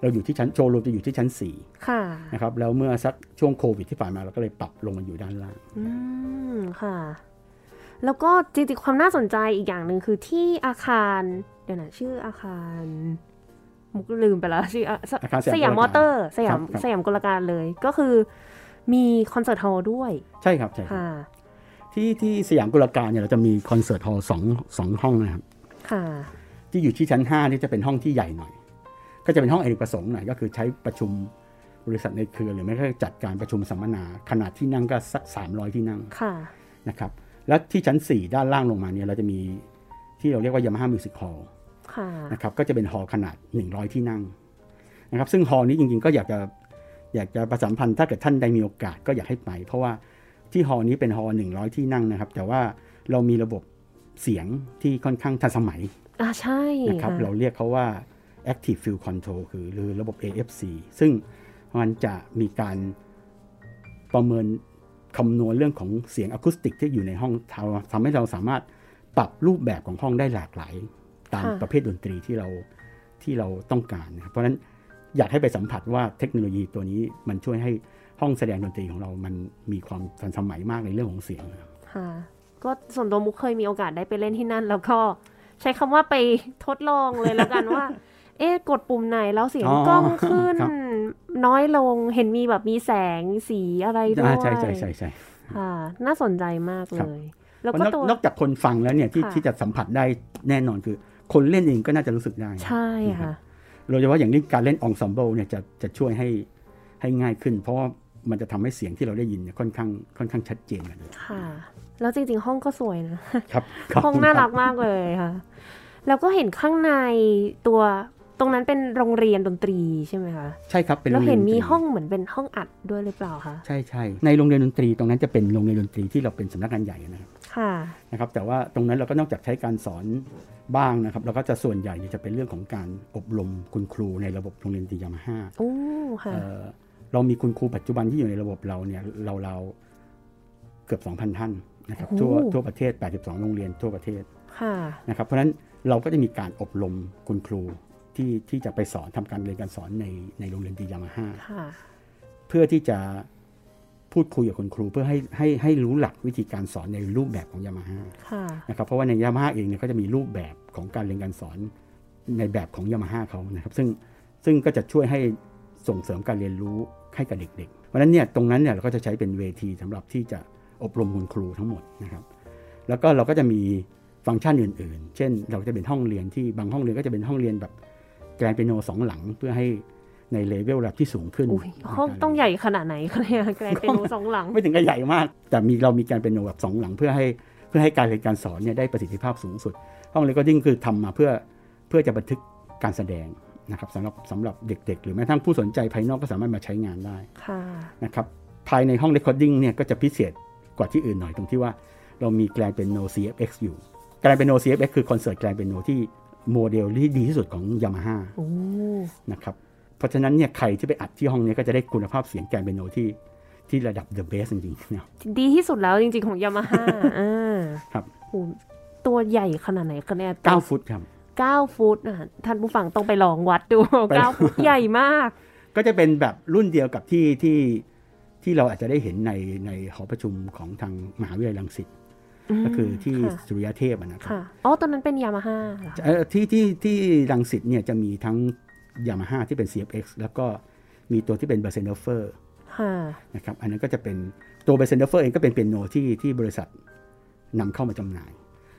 Speaker 1: เราอยู่ที่ชั้นโชว์รูมจะอยู่ที่ชั้น
Speaker 2: ค่ะ
Speaker 1: 4นะครับแล้วเมื่อสักช่วงโควิดที่ผ่านมาเราก็เลยปรับลงมาอยู่ด้านล่าง
Speaker 2: อืม ค่ะ แล้วก็จริงๆ ความน่าสนใจอีกอย่างหนึ่งคือที่อาคาร เดี๋ยวนะ ชื่ออาคาร มุกลืมไปแล้วชื่ออะส
Speaker 1: อาคาร
Speaker 2: สยาย
Speaker 1: สาม ม
Speaker 2: ม
Speaker 1: กลการ
Speaker 2: อเตอร์ สยาม
Speaker 1: ครับ
Speaker 2: สยามกลการเลย ก็คือมีคอนเสิร์ตฮอลล์ด้วย
Speaker 1: ใช่ครับใช่ครับ
Speaker 2: ค่ะ
Speaker 1: ที่ที่สยามกุลการเนี่ยเราจะมีคอนเสิร์ตฮอลล์สองสองห้องนะครับ
Speaker 2: ค่ะ
Speaker 1: ที่อยู่ที่ชั้น5นี่จะเป็นห้องที่ใหญ่หน่อย ก็จะเป็นห้องเอกประสงค์หน่อยก็คือใช้ประชุมบริษัทในเครือหรือไม่ก็จัดการประชุมสัมมนาขนาดที่นั่งก็สัก 300 ที่นั่ง
Speaker 2: ค่ะ
Speaker 1: นะครับแล้วที่ชั้น 4 ด้านล่างลงมาเนี่ยเราจะมีที่เราเรียกว่ายามาฮ่ามิวสิคฮอล
Speaker 2: ค่ะ
Speaker 1: นะครับก็จะเป็นฮอลล์ขนาด 100 ที่นั่งนะครับซึ่งฮอลล์นี้จริงๆ ก็อยากจะอยากจะประสานพันธ์ถ้าเกิดท่านได้มีโอกาสก็อยากให้ไป เพราะว่าที่ฮอลล์นี้เป็นฮอลล์100 ที่นั่งนะครับ แต่ว่าเรามีระบบเสียงที่ค่อนข้างทันสมัย
Speaker 2: อ่าใช่
Speaker 1: นะครับเราเรียกเขาว่า Active Field Control คือหรือระบบ AFC ซึ่งมันจะมีการประเมินคำนวณเรื่องของเสียงอะคูสติกที่อยู่ในห้องทำทำให้เราสามารถปรับรูปแบบของห้องได้หลากหลาย ตามประเภทดนตรีที่เราที่เราต้องการนะครับเพราะฉะนั้นอยากให้ไปสัมผัสว่าเทคโนโลยีตัวนี้มันช่วยให้ห้องแสดงดนตรีของเรามันมีความทันสมัยมากในเรื่องของเสียงนะครับ
Speaker 2: ค่ะ ก็ส่วนตัวมุกเคยมีโอกาสได้ไปเล่นที่นั่น แล้วก็ใช้คำว่าไปทดลองเลยแล้วกัน ว่า เอ๊ะกดปุ่มไหนแล้วเสียง
Speaker 1: อ๋อก
Speaker 2: ล้องขึ้น
Speaker 1: ครับ
Speaker 2: น้อยลงเห็นมีแบบมีแสงสีอะไรด้ว
Speaker 1: อ่าย ใช่ใช่ใช่ใช่
Speaker 2: ค่ะ น่าสนใจมาก
Speaker 1: ค
Speaker 2: เล
Speaker 1: รับ
Speaker 2: ย แล้ว
Speaker 1: เพราะน
Speaker 2: ก็
Speaker 1: อก
Speaker 2: ตัว
Speaker 1: นอกจากคนฟังแล้วเนี่ยที่
Speaker 2: ค่ะ
Speaker 1: ที่จะสัมผัสได้แน่นอนคือ คนเล่นเองก็น่าจะรู้สึกได้นะ
Speaker 2: ใช่ค่ะ
Speaker 1: โดยเฉพาะอย่างนี้การเล่นองซัมเบิลเนี่ยจะจะช่วยให้ให้ง่ายขึ้น เพราะว่ามันจะทำให้เสียงที่เราได้ยินเนี่ยค่อนข้างค่อนข้างชัดเจนกันเลย
Speaker 2: ค่ะ แล้วจริง ๆ ห้องก็สวยนะ
Speaker 1: ครับขบ
Speaker 2: ห้อง
Speaker 1: คุณ
Speaker 2: น่า
Speaker 1: ค
Speaker 2: รับ กมากเลยค่ะ แล้วก็เห็นข้างในตัวตรงนั้นเป็นโรงเรียนดนตรีใช่ไหมคะ
Speaker 1: ใช่ครับเป็นโร
Speaker 2: เรา
Speaker 1: งรีย
Speaker 2: เห็
Speaker 1: ด
Speaker 2: น
Speaker 1: ตรี
Speaker 2: มีห้องเหมือนเป็นห้องอัดด้วยหรือเปล่าคะ
Speaker 1: ใช่ใช่ในโรงเรียนดนตรีตรงนั้นจะเป็นโรงเรียนดนตรีที่เราเป็นสำนักงานใหญ่นะครับ
Speaker 2: ค่ะ
Speaker 1: นะครับ แต่ว่าตรงนั้นเราก็นอกจากใช้การสอนบ้างนะครับเราก็จะส่วนใหญ่เนี่ยจะเป็นเรื่องของการอบรมคุณครูในระบบโรงเรียนดนตรียามาฮ่า
Speaker 2: โอ้ ค่ะ
Speaker 1: เอ่อเรามีคุณครูปัจจุบันที่อยู่ในระบบเราเนี่ยเราเราเกือบ 2,000 ท่านนะครับ
Speaker 2: โอ้โห
Speaker 1: ทั่วทั่วประเทศ 82 โรงเรียนทั่วประเทศ
Speaker 2: ค่ะ
Speaker 1: นะครับเพราะฉะนั้นเราก็จะมีการอบรมคุณครูที่ที่จะไปสอนทำการเรียนการสอนในในโรงเรียนดียามาฮ่า
Speaker 2: ค่ะ
Speaker 1: เพื่อที่จะพูดคุยกับคุณครูเพื่อให้ให้ให้รู้หลักวิธีการสอนในรูปแบบของยามาฮ่า
Speaker 2: ค่ะ
Speaker 1: นะครับเพราะว่าในยามาฮ่าเองเนี่ยก็จะมีรูปแบบของการเรียนการสอนในแบบของยามาฮ่าเขานะครับซึ่งซึ่งก็จะช่วยให้ ส่งเสริมการเรียนรู้ให้กับเด็กๆ เพราะฉะนั้นเนี่ยตรงนั้นเนี่ยเราก็จะใช้เป็นเวทีสำหรับที่จะอบรมคุณครูทั้งหมดนะครับ แล้วก็เราก็จะมีฟังก์ชันอื่นๆ เช่น เราก็จะเป็นห้องเรียนที่บางห้องเรียนก็จะเป็นห้องเรียนแบบแกรนเปียโนสองหลังเพื่อให้ในเลเวลระดับที่สูงขึ้น
Speaker 2: อุ้ยห้องต้องใหญ่ขนาดไหนคะเนี่ยแกรนเปียโนสองหลัง
Speaker 1: ไม่ถึงกับใหญ่มาก แต่มีเรามีแการเปียโนแบบสองหลังเพื่อให้เพื่อให้การเรียนการสอนเนี่ยได้ประสิทธิภาพสูงสุด ห้องเรคคอร์ดิ้งคือทำมาเพื่อเพื่อจะบันทึกการแสดงนะครับสำหรับสำหรับเด็ก ๆ หรือแม้กระทั่งผู้สนใจภายนอกก็สามารถมาใช้งานได้
Speaker 2: ค่ะ
Speaker 1: นะครับภายในห้อง Recording เนี่ยก็จะพิเศษกว่าที่อื่นหน่อยตรงที่ว่าเรามีแกลนเป็นโน CFX อยู่แกลนเป็นโน CFX คือคอนเสิร์ตแกลนเป็นโนที่โมเดลที่ดีที่สุดของ Yamaha
Speaker 2: โอ้
Speaker 1: นะครับ เพราะฉะนั้นเนี่ยใครที่ไปอัดที่ห้องเนี้ก็จะได้คุณภาพเสียงแกนเปียโนที่ที่ระดับ The Best จริงๆนะครับ
Speaker 2: ดีที่สุดแล้วจริงๆของยามา ฮ่า อ่า
Speaker 1: ครับ
Speaker 2: โหตัวใหญ่ขนาดไหนคะเนี่ย
Speaker 1: เก้าฟุตครับ
Speaker 2: เก้าฟุตนะท่านผู้ฟังต้องไปลองวัดดู
Speaker 1: ไป
Speaker 2: เก้าฟุตใหญ่มาก
Speaker 1: ก็จะเป็นแบบรุ่นเดียวกับที่ที่ที่เราอาจจะได้เห็นในในหอประชุมของทางมหาวิทยาลัยรังสิตก็คือที่
Speaker 2: ค่ะ
Speaker 1: สุริยเทพอะนะครับ
Speaker 2: ค่ะ อ๋อ ตอนนั้นเป็นยามาฮ่าเหรอคะ
Speaker 1: เอ่อที่ที่ที่รังสิตเนี่ยจะมีทั้งยามาฮ่าที่เป็น CFX แล้วก็มีตัวที่เป็นเบอร์เซนเฟอร์
Speaker 2: ค่ะ
Speaker 1: นะครับอันนั้นก็จะเป็นตัวเบอร์เซนเฟอร์เองก็เป็นเปียโนที่ที่บริษัทนำเข้ามาจำหน่าย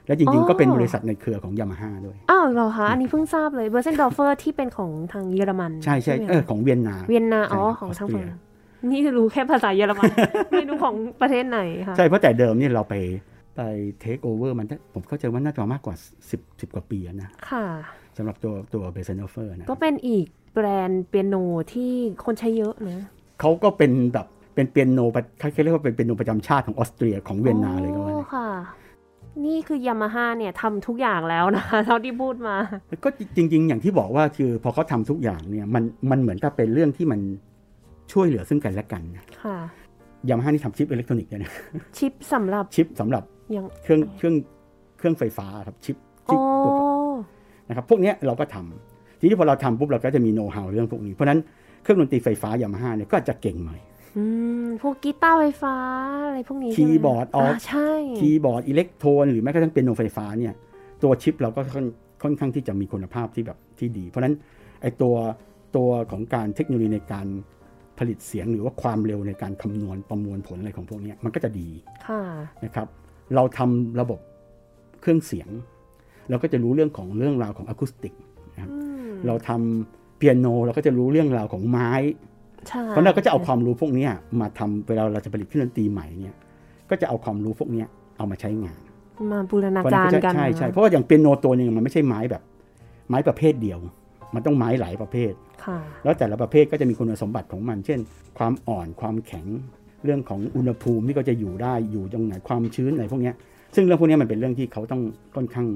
Speaker 1: และจริง
Speaker 2: อ๋
Speaker 1: ๆ
Speaker 2: อ
Speaker 1: ก็เป็นบริษัทในเครือของยามาฮ่าด้วย
Speaker 2: อ้าวเหรอคะ อันนี้เพิ่งทราบเลยเบอร์เซนดอฟเฟอร์ที่เป็นของทางเยอรมัน
Speaker 1: ใช่ใช่
Speaker 2: ไหม
Speaker 1: เออของเวียนนา
Speaker 2: เวียนนา
Speaker 1: ใช่
Speaker 2: อ๋อ
Speaker 1: ครับ
Speaker 2: ของทางฝั่ง
Speaker 1: ออสเตรี
Speaker 2: นี่รู้แค่ภาษาเยอ รมัน ไม่รู้ของประเทศไหนค่ะ
Speaker 1: ใช่เพราะแต่เดิมเนี่ยเราไปไปเทคโอเวอร์มันได้ผมเข้าใจว่าน่าจะมากกว่า 10 10 กว่าปีแล้วนะ
Speaker 2: ค่ะ
Speaker 1: สำหรับตัวตัวเบสเนเฟอร์นะ
Speaker 2: ก็เป็นอีกแบรนด์เปียโนที่คนใช้เยอะนะ
Speaker 1: เขาก็เป็นแบบเป็นเปียโนประเขาเรียกว่าเป็นเปียโนประจำชาติของออสเตรียของเวียนนาเลยก็ว่า
Speaker 2: โอ้
Speaker 1: ได้
Speaker 2: ค่ะ นี่คือยามาฮ่าเนี่ยทำทุกอย่างแล้วนะ เท่าที่พูดมา
Speaker 1: แล้วก็จริง ๆ อย่างที่บอกว่าคือพอเขาทำทุกอย่างเนี่ยมันมันเหมือนกับเป็นเรื่องที่มันช่วยเหลือซึ่งกันและกันนะ
Speaker 2: ค่ะ
Speaker 1: ยามาฮ่านี่ทำชิปอิเล็กทรอนิกส์ด้วยนะ
Speaker 2: ชิปสำหรับ
Speaker 1: ชิปสำหรับ
Speaker 2: ยัง
Speaker 1: เครื่องเครื่องเครื่องไฟฟ้าครับชิปที่
Speaker 2: โอ้
Speaker 1: ตัว นะครับพวกเนี้ยเราก็ทำทีนี้พอเราทำปุ๊บเราก็จะมีโน้ตฮาวเรื่องพวกนี้เพราะฉะนั้นเครื่องดนตรีไฟฟ้ายามาฮ่าเนี่ยก็จะเก่งหน่อย
Speaker 2: อืมพวกกีตาร์ไฟฟ้า อะไรพวกนี้ใช่ไหม
Speaker 1: คีย์บอร์ดออฟ
Speaker 2: าใช่
Speaker 1: คีย์บอร์ดอิเล็กโทรนหรือแม้กระทั่งเปียโนไฟฟ้าเนี่ยตัวชิปเราก็ค่อนค่อนข้างที่จะมีคุณภาพที่แบบที่ดี เพราะฉะนั้นไอตัวตัวของการเทคโนโลยีในการผลิตเสียงหรือว่าความเร็วในการคำนวณประมวลผลอะไรของพวกเนี้ยมันก็จะดี
Speaker 2: ค่ะ
Speaker 1: นะครับเราทำระบบเครื่องเสียง เราก็จะรู้เรื่องของเรื่องราวของอะคูสติกนะครับ
Speaker 2: อืม
Speaker 1: เราทำเปียโนเราก็จะรู้เรื่องราวของไม้
Speaker 2: ใช่
Speaker 1: เพราะเราก็จะเอาความรู้พวกเนี้ยมาทำเวลาเราจะผลิตเครื่องดนตรีใหม่เนี่ยก็จะเอาความรู้พวกเนี้ยเอามาใช้งาน
Speaker 2: มาบูรณา
Speaker 1: เพราะ
Speaker 2: กา
Speaker 1: ฉะ
Speaker 2: ร
Speaker 1: นั้น
Speaker 2: กั
Speaker 1: ก็
Speaker 2: น
Speaker 1: ใช่ใช่ใช่
Speaker 2: นะ
Speaker 1: เพราะว่าอย่างเปียโนตัวหนึ่งมันไม่ใช่ไม้แบบ ไม้ประเภทเดียว มันต้องไม้หลายประเภท
Speaker 2: ค่ะ
Speaker 1: แล้วแต่ละประเภทก็จะมีคุณสมบัติของมัน เช่น ความอ่อนความแข็งเรื่องของอุณหภูมิที่ก็จะอยู่ได้อยู่ตรงไหนความชื้นอะไรพวกเนี้ยซึ่งเรื่องพวกเนี้ยมันเป็นเรื่องที่เขาต้องค่อนข้าง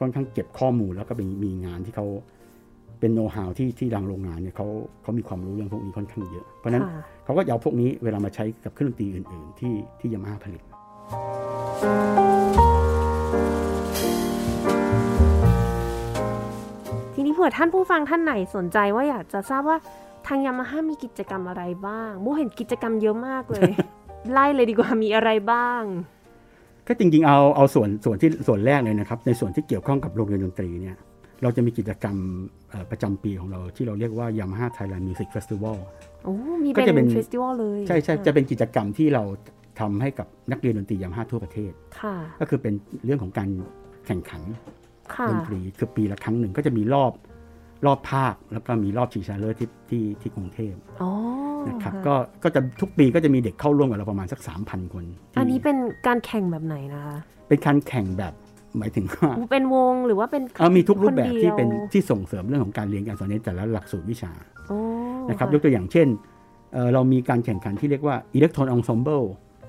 Speaker 1: ค่อนข้างเก็บข้อมูลแล้วก็เป็นมีงานที่เขาเป็นโน้ตฮาวที่ที่ทางโรงงานเนี่ยเขาเขามีความรู้เรื่องพวกนี้ค่อนข้างเยอะเพราะฉะนั้น
Speaker 2: ค่ะ
Speaker 1: เขาก็จะเอาพวกนี้เวลามาใช้กับเครื่องดนตรีอื่น ๆ ที่ที่ยามาฮ่าผลิต
Speaker 2: ทีนี้เผื่อท่านผู้ฟังท่านไหนสนใจว่าอยากจะทราบว่าทางยามาฮ่ามีกิจกรรมอะไรบ้างโมเห็นกิจกรรมเยอะมากเลย ไล่เลยดีกว่ามีอะไรบ้าง
Speaker 1: ก็จริง ๆ เอาเอาส่วนส่วนที่ส่วนแรกเลยนะครับ ในส่วนที่เกี่ยวข้องกับโรงเรียนดนตรีเนี่ยเราจะมีกิจกรรมเอ่อประจำปีของเราที่เราเรียกว่ายามาฮ่าไทยแลนด์มิวสิกเฟสติวัล
Speaker 2: โอ้มี
Speaker 1: ก็จะเป็
Speaker 2: เป็น นเฟสติวัลเลย
Speaker 1: ใช่ใช่
Speaker 2: อ่า
Speaker 1: จะเป็นกิจกรรมที่เราทำให้กับนักเรียนดนตรียามาฮ่าทั่วประเทศ
Speaker 2: ค่ะ
Speaker 1: ก็คือเป็นเรื่องของการแข่งขัน
Speaker 2: ค่ะ
Speaker 1: ดนตรีคือปีละครั้งหนึ่งก็จะมีรอบรอบภาค แล้วก็มีรอบชิงชนะเลิศที่ที่ที่กรุงเทพ
Speaker 2: อ๋อ
Speaker 1: นะครับ
Speaker 2: ะ
Speaker 1: ก็ก็จะทุกปีก็จะมีเด็กเข้าร่วมกับเราประมาณสัก 3,000 คนที่
Speaker 2: อันนี้เป็นการแข่งแบบไหนนะคะ
Speaker 1: เป็นการแข่งแบบหมายถึงว่า
Speaker 2: เป็นวงหรือว่าเป็น
Speaker 1: เอ่อมีทุกรูปแบ
Speaker 2: ค
Speaker 1: บ
Speaker 2: ดียว
Speaker 1: ที่เป็นที่ส่งเสริมเรื่องของการเรียนการสอนในแต่ละหลักสูตรวิชา
Speaker 2: โอ้
Speaker 1: นะครับยกตัวอย่างเช่นเอ่อเรามีการแข่งขันที่เรียกว่าอิเล็ก o n ร n น e n s ซ m มเบิล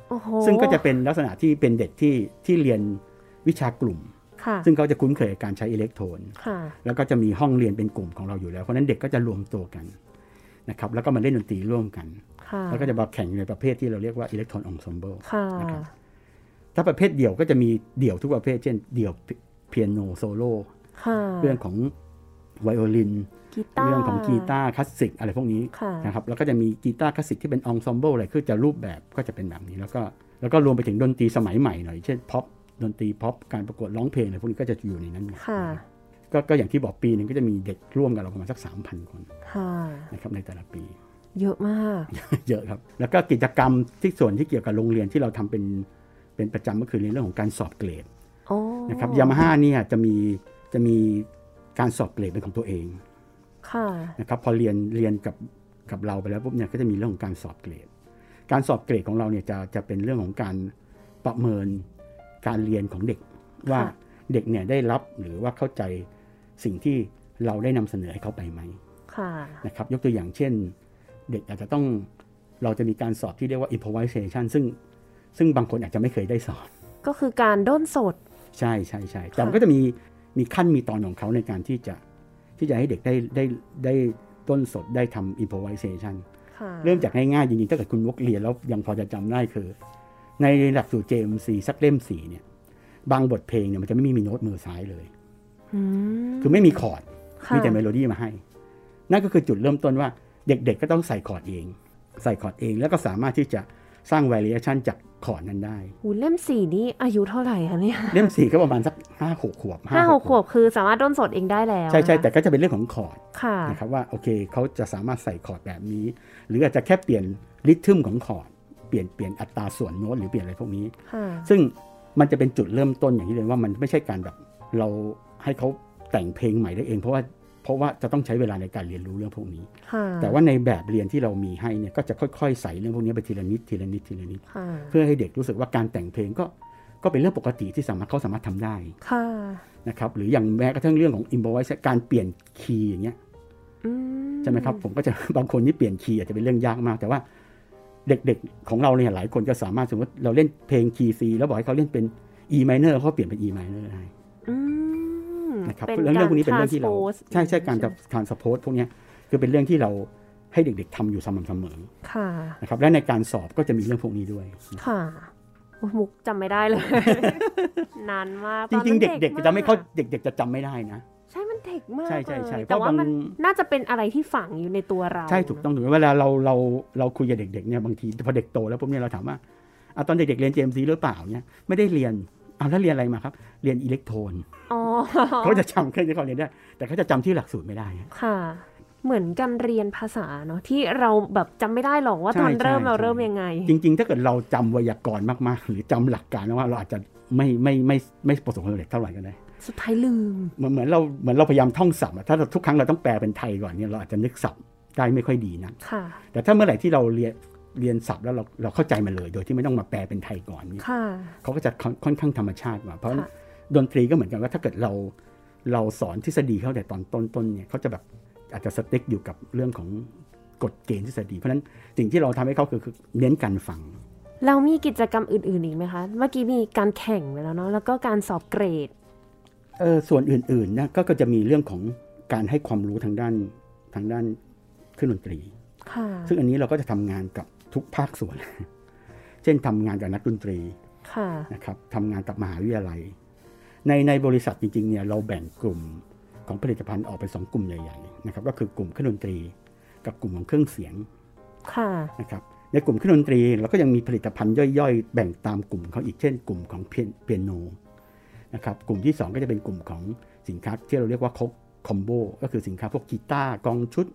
Speaker 2: โอ้โห
Speaker 1: ซึ่งก็จะเป็นลักษณะที่เป็นเด็กที่ที่เรียนวิชากลุ่ม
Speaker 2: ค่ะ
Speaker 1: ซึ่งเขาจะคุ้นเคยกับการใช้อิเล็กโทรน
Speaker 2: ค่ะ
Speaker 1: แล้วก็จะมีห้องเรียนเป็นกลุ่มของเราอยู่แล้ว เพราะฉะนั้นเด็กก็จะรวมตัวกันนะครับแล้วก็มาเล่นดนตรีร่วมกัน
Speaker 2: ค่ะ
Speaker 1: แล้วก็จะมาแข่งในประเภทที่เราเรียกว่าอิเล็ก o n ร n น e n s ซ m มเบิล
Speaker 2: ค่ะ
Speaker 1: นะครับ ถ้าประเภทเดี่ยวก็จะมีเดี่ยวทุกประเภท เช่น เดี่ยวเปียโนโซโล
Speaker 2: ค่ะ
Speaker 1: เรื่องของไวโอลิน
Speaker 2: กีตาร์
Speaker 1: เรื่องของกีตาร์คลาสสิกอะไรพวกนี้
Speaker 2: ค่ะ
Speaker 1: นะครับแล้วก็จะมีกีตาร์คลาสสิกที่เป็นองซอมเบิลอะไรคือจะรูปแบบก็จะเป็นแบบนี้ แล้วก็แล้วก็รวมไปถึงดนตรีสมัยใหม่หน่อย เช่นพ็อปดนตรีพ็อปการประกวดร้องเพลงอะไรพวกนี้ก็จะอยู่ในนั้นหมด
Speaker 2: ค่ะ
Speaker 1: ก็ก็อย่างที่บอกปีหนึ่งก็จะมีเด็กร่วมกับเราประมาณสัก 3,000 คน
Speaker 2: ค่ะ
Speaker 1: นะครับในแต่ละปี
Speaker 2: เยอะมาก
Speaker 1: เยอะครับ แล้วก็กิจกรรมที่ส่วนที่เกี่ยวกับโรงเรียนที่เราทำเป็นเป็นประจำก็คือในเรื่องของการสอบเกรด
Speaker 2: โอ้
Speaker 1: นะครับยามาฮ่าเนี่ยจะมีจะมีการสอบเกรดเป็นของตัวเอง
Speaker 2: ค่ะ
Speaker 1: นะครับพอเรียนเรียนกับกับเราไปแล้วปุ๊บเนี่ยก็จะมีเรื่องของการสอบเกรด การสอบเกรดของเราเนี่ยจะจะเป็นเรื่องของการประเมินการเรียนของเด็ก ว่า
Speaker 2: ค่ะ
Speaker 1: เด็กเนี่ยได้รับหรือว่าเข้าใจสิ่งที่เราได้นำเสนอให้เขาไปไหม
Speaker 2: ค่ะ
Speaker 1: นะครับยกตัวอย่างเช่น เด็กอาจจะต้องเราจะมีการสอบที่เรียกว่า improvisation ซึ่งซึ่งบางคนอาจจะไม่เคยได้สอบ
Speaker 2: ก็คือการด้นสด
Speaker 1: ใช่ใช่ใช่แต่มัน
Speaker 2: ค่ะ
Speaker 1: ก็จะมีมีขั้นมีตอนของเขาในการที่จะที่จะให้เด็กได้ได้ได้ ต้นสดได้ทำ improvisation
Speaker 2: ค่ะ
Speaker 1: เริ่มจากง่ายๆจริงๆถ้าเกิดคุณวกเรียนแล้วยังพอจะจำได้คือ ในหลักสูตร JMC สักเล่มสีเนี่ยบางบทเพลงเนี่ยมันจะไม่มีโน้ตมือซ้ายเลย
Speaker 2: อืม
Speaker 1: คือไม่มีคอร์ด
Speaker 2: ค่ะ
Speaker 1: มีแต่เมโลดี้มาให้ นั่นก็คือจุดเริ่มต้นว่าเด็กๆก็ต้องใส่คอร์ดเอง ใส่คอร์ดเองแล้วก็สามารถที่จะสร้าง variation จากคอร์ดนั้นได้
Speaker 2: หูเล่มสี่นี่อายุเท่าไหร่คะเนี่ย
Speaker 1: เล่มสี่ก็ประมาณสักห้าหกขวบ
Speaker 2: ห้าหกขวบคือสามารถด้นสดเองได้แล้ว
Speaker 1: ใช่ใช่
Speaker 2: นะ
Speaker 1: แต่ก็จะเป็นเรื่องของคอร์ด
Speaker 2: ค่ะ
Speaker 1: นะครับว่าโอเคเขาจะสามารถใส่คอร์ดแบบนี้ หรืออาจจะแค่เปลี่ยนริทึมของคอร์ดเปลี่ยนเปลี่ยนอัตราส่วนโน้ตหรือเปลี่ยนอะไรพวกนี้
Speaker 2: ค่ะ
Speaker 1: ซึ่งมันจะเป็นจุดเริ่มต้นอย่างที่เรียนว่ามันไม่ใช่การแบบเราให้เขาแต่งเพลงใหม่ได้เอง เพราะว่าเพราะว่าจะต้องใช้เวลาในการเรียนรู้เรื่องพวกนี้
Speaker 2: ค่ะ
Speaker 1: แต่ว่าในแบบเรียนที่เรามีให้เนี่ยก็จะค่อยๆ ใส่เรื่องพวกนี้ไปทีละนิดทีละนิดทีละนิด
Speaker 2: ค่ะ
Speaker 1: เพื่อให้เด็กรู้สึกว่าการแต่งเพลงก็ก็เป็นเรื่องปกติที่สามารถเขาสามารถทำได้
Speaker 2: ค่ะ
Speaker 1: นะครับหรืออย่างแม้กระทั่งเรื่องของ improvise การเปลี่ยนคีย์อย่างเงี้ย
Speaker 2: อื
Speaker 1: ใช่ไหมครับผมก็จะ บางคนนี่เปลี่ยนคีย์อาจจะเป็นเรื่องยากมาก แต่ว่าเด็กๆของเราเนี่ยหลายคนก็สามารถสมมติเราเล่นเพลงคีย์ C แล้วบอกให้เขาเล่นเป็น E minor เขาเปลี่ยนเป็น E minor ได้
Speaker 2: อืม
Speaker 1: นะครับ
Speaker 2: ป็
Speaker 1: เรื่องเรื่องพวกนี้เป็นเรื่องที่เรา
Speaker 2: ก transpose
Speaker 1: ใช่ใช่การการสปอร์ตพวกเนี้ยคือเป็นเรื่องที่เราให้เด็ก ๆทำอยู่สม่ำเสมอ
Speaker 2: ค่ะ
Speaker 1: นะครับและในการสอบก็จะมีเรื่องพวกนี้ด้วย
Speaker 2: ค่ะโอ้ยมุกจำไม่ได้เลย นานมาก
Speaker 1: จ
Speaker 2: ตอน
Speaker 1: ริ
Speaker 2: นั้
Speaker 1: ง
Speaker 2: น
Speaker 1: ๆ เด็กๆจะไม่เข้าก เด็ก ๆ จะจำไม่ได้นะ
Speaker 2: ใช่มันเด็กมาก
Speaker 1: ใช่ใช่ใช่
Speaker 2: เลย
Speaker 1: เพ
Speaker 2: แต่
Speaker 1: ราะ
Speaker 2: ว่ามั
Speaker 1: บา
Speaker 2: น
Speaker 1: ง
Speaker 2: น่าจะเป็นอะไรที่ฝังอยู่ในตัวเรา
Speaker 1: ใช่ถูกต้องถูกเวลาเราเราเราคุยกับเด็กๆเนี่ยบางทีพอเด็กโตแล้วปุ๊บเนี่ยเราถามว่าอ่ะตอนเด็กๆเรียน JMC หรือเปล่าเนี่ยไม่ได้เรียนเอาแล้วเรียนอะไรมาครับ เรียนอิเล็กโทรน
Speaker 2: อ๋อ
Speaker 1: เขาจะจำแค่ที่เขาเรียนได้ แต่เขาจะจำที่หลักสูตรไม่ได้
Speaker 2: ค่ะ เหมือนกันเรียนภาษาเนาะที่เราแบบจำไม่ได้หรอกว่า
Speaker 1: ใช่
Speaker 2: ตอนเริ่ม
Speaker 1: ใช่
Speaker 2: เรา
Speaker 1: ใช่
Speaker 2: เริ่มยังไง
Speaker 1: จริง ๆ ถ้าเกิดเราจำไวยากรณ์มากๆ หรือจำหลักการว่าเราอาจจะไม่ไม่ไม่ไม่ประสบความสำเร็จเท่าไหร่ก็ได้
Speaker 2: สุดท้ายลืม
Speaker 1: เหมือนเหมือนเราเหมือนเราพยายามท่องศัพท์อะถ้าเราทุกครั้งเราต้องแปลเป็นไทยก่อนเนี่ยเราอาจจะนึกศัพท์ได้ไม่ค่อยดีนะ
Speaker 2: ค่ะ
Speaker 1: แต่ถ้าเมื่อไหร่ที่เราเรียนเรียนศัพท์แล้วเราเราเข้าใจมันเลย โดยที่ไม่ต้องมาแปลเป็นไทยก่อนนี่
Speaker 2: ค่ะ
Speaker 1: เขาก็จะค่อนค่อนข้างธรรมชาติกว่าเพราะ
Speaker 2: ค่ะ
Speaker 1: ดนตรีก็เหมือนกันว่าถ้าเกิดเราเราสอนทฤษฎีเขาแต่ตอนต้นต้นเนี่ยเขาจะแบบอาจจะสติ๊กอยู่กับเรื่องของกฎเกณฑ์ทฤษฎีเพราะฉะนั้นสิ่งที่เราทำให้เขาคือคือเน้นการฟัง
Speaker 2: เรามีกิจกรรมอื่นๆอีกไหมคะ เมื่อกี้มีการแข่งไปแล้วเนาะแล้วก็การสอบเกรด
Speaker 1: เออส่วนอื่นๆนะก็ก็จะมีเรื่องของการให้ความรู้ทางด้านทางด้านเครื่องดนตรี
Speaker 2: ค่ะ
Speaker 1: ซึ่งอันนี้เราก็จะทำงานกับทุกภาคส่วน เช่นทำงานกับนักดนตรี
Speaker 2: ค่ะ
Speaker 1: นะครับทำงานกับมหาวิทยาลัย ในในบริษัทจริงๆเนี่ยเราแบ่งกลุ่มของผลิตภัณฑ์ออกเป็นสองกลุ่มใหญ่ๆนะครับก็คือกลุ่มเครื่องดนตรี กับกลุ่มของเครื่องเสียง
Speaker 2: ค่ะ
Speaker 1: นะครับในกลุ่มเครื่องดนตรีเราก็ยังมีผลิตภัณฑ์ย่อยๆ แบ่งตามกลุ่มเขาอีกเช่น กลุ่มของเปียโนนะครับกลุ่มที่สองก็จะเป็นกลุ่มของสินค้าที่เราเรียกว่าคอมโบก็คือสินค้าพวกกีตาร์กองชุด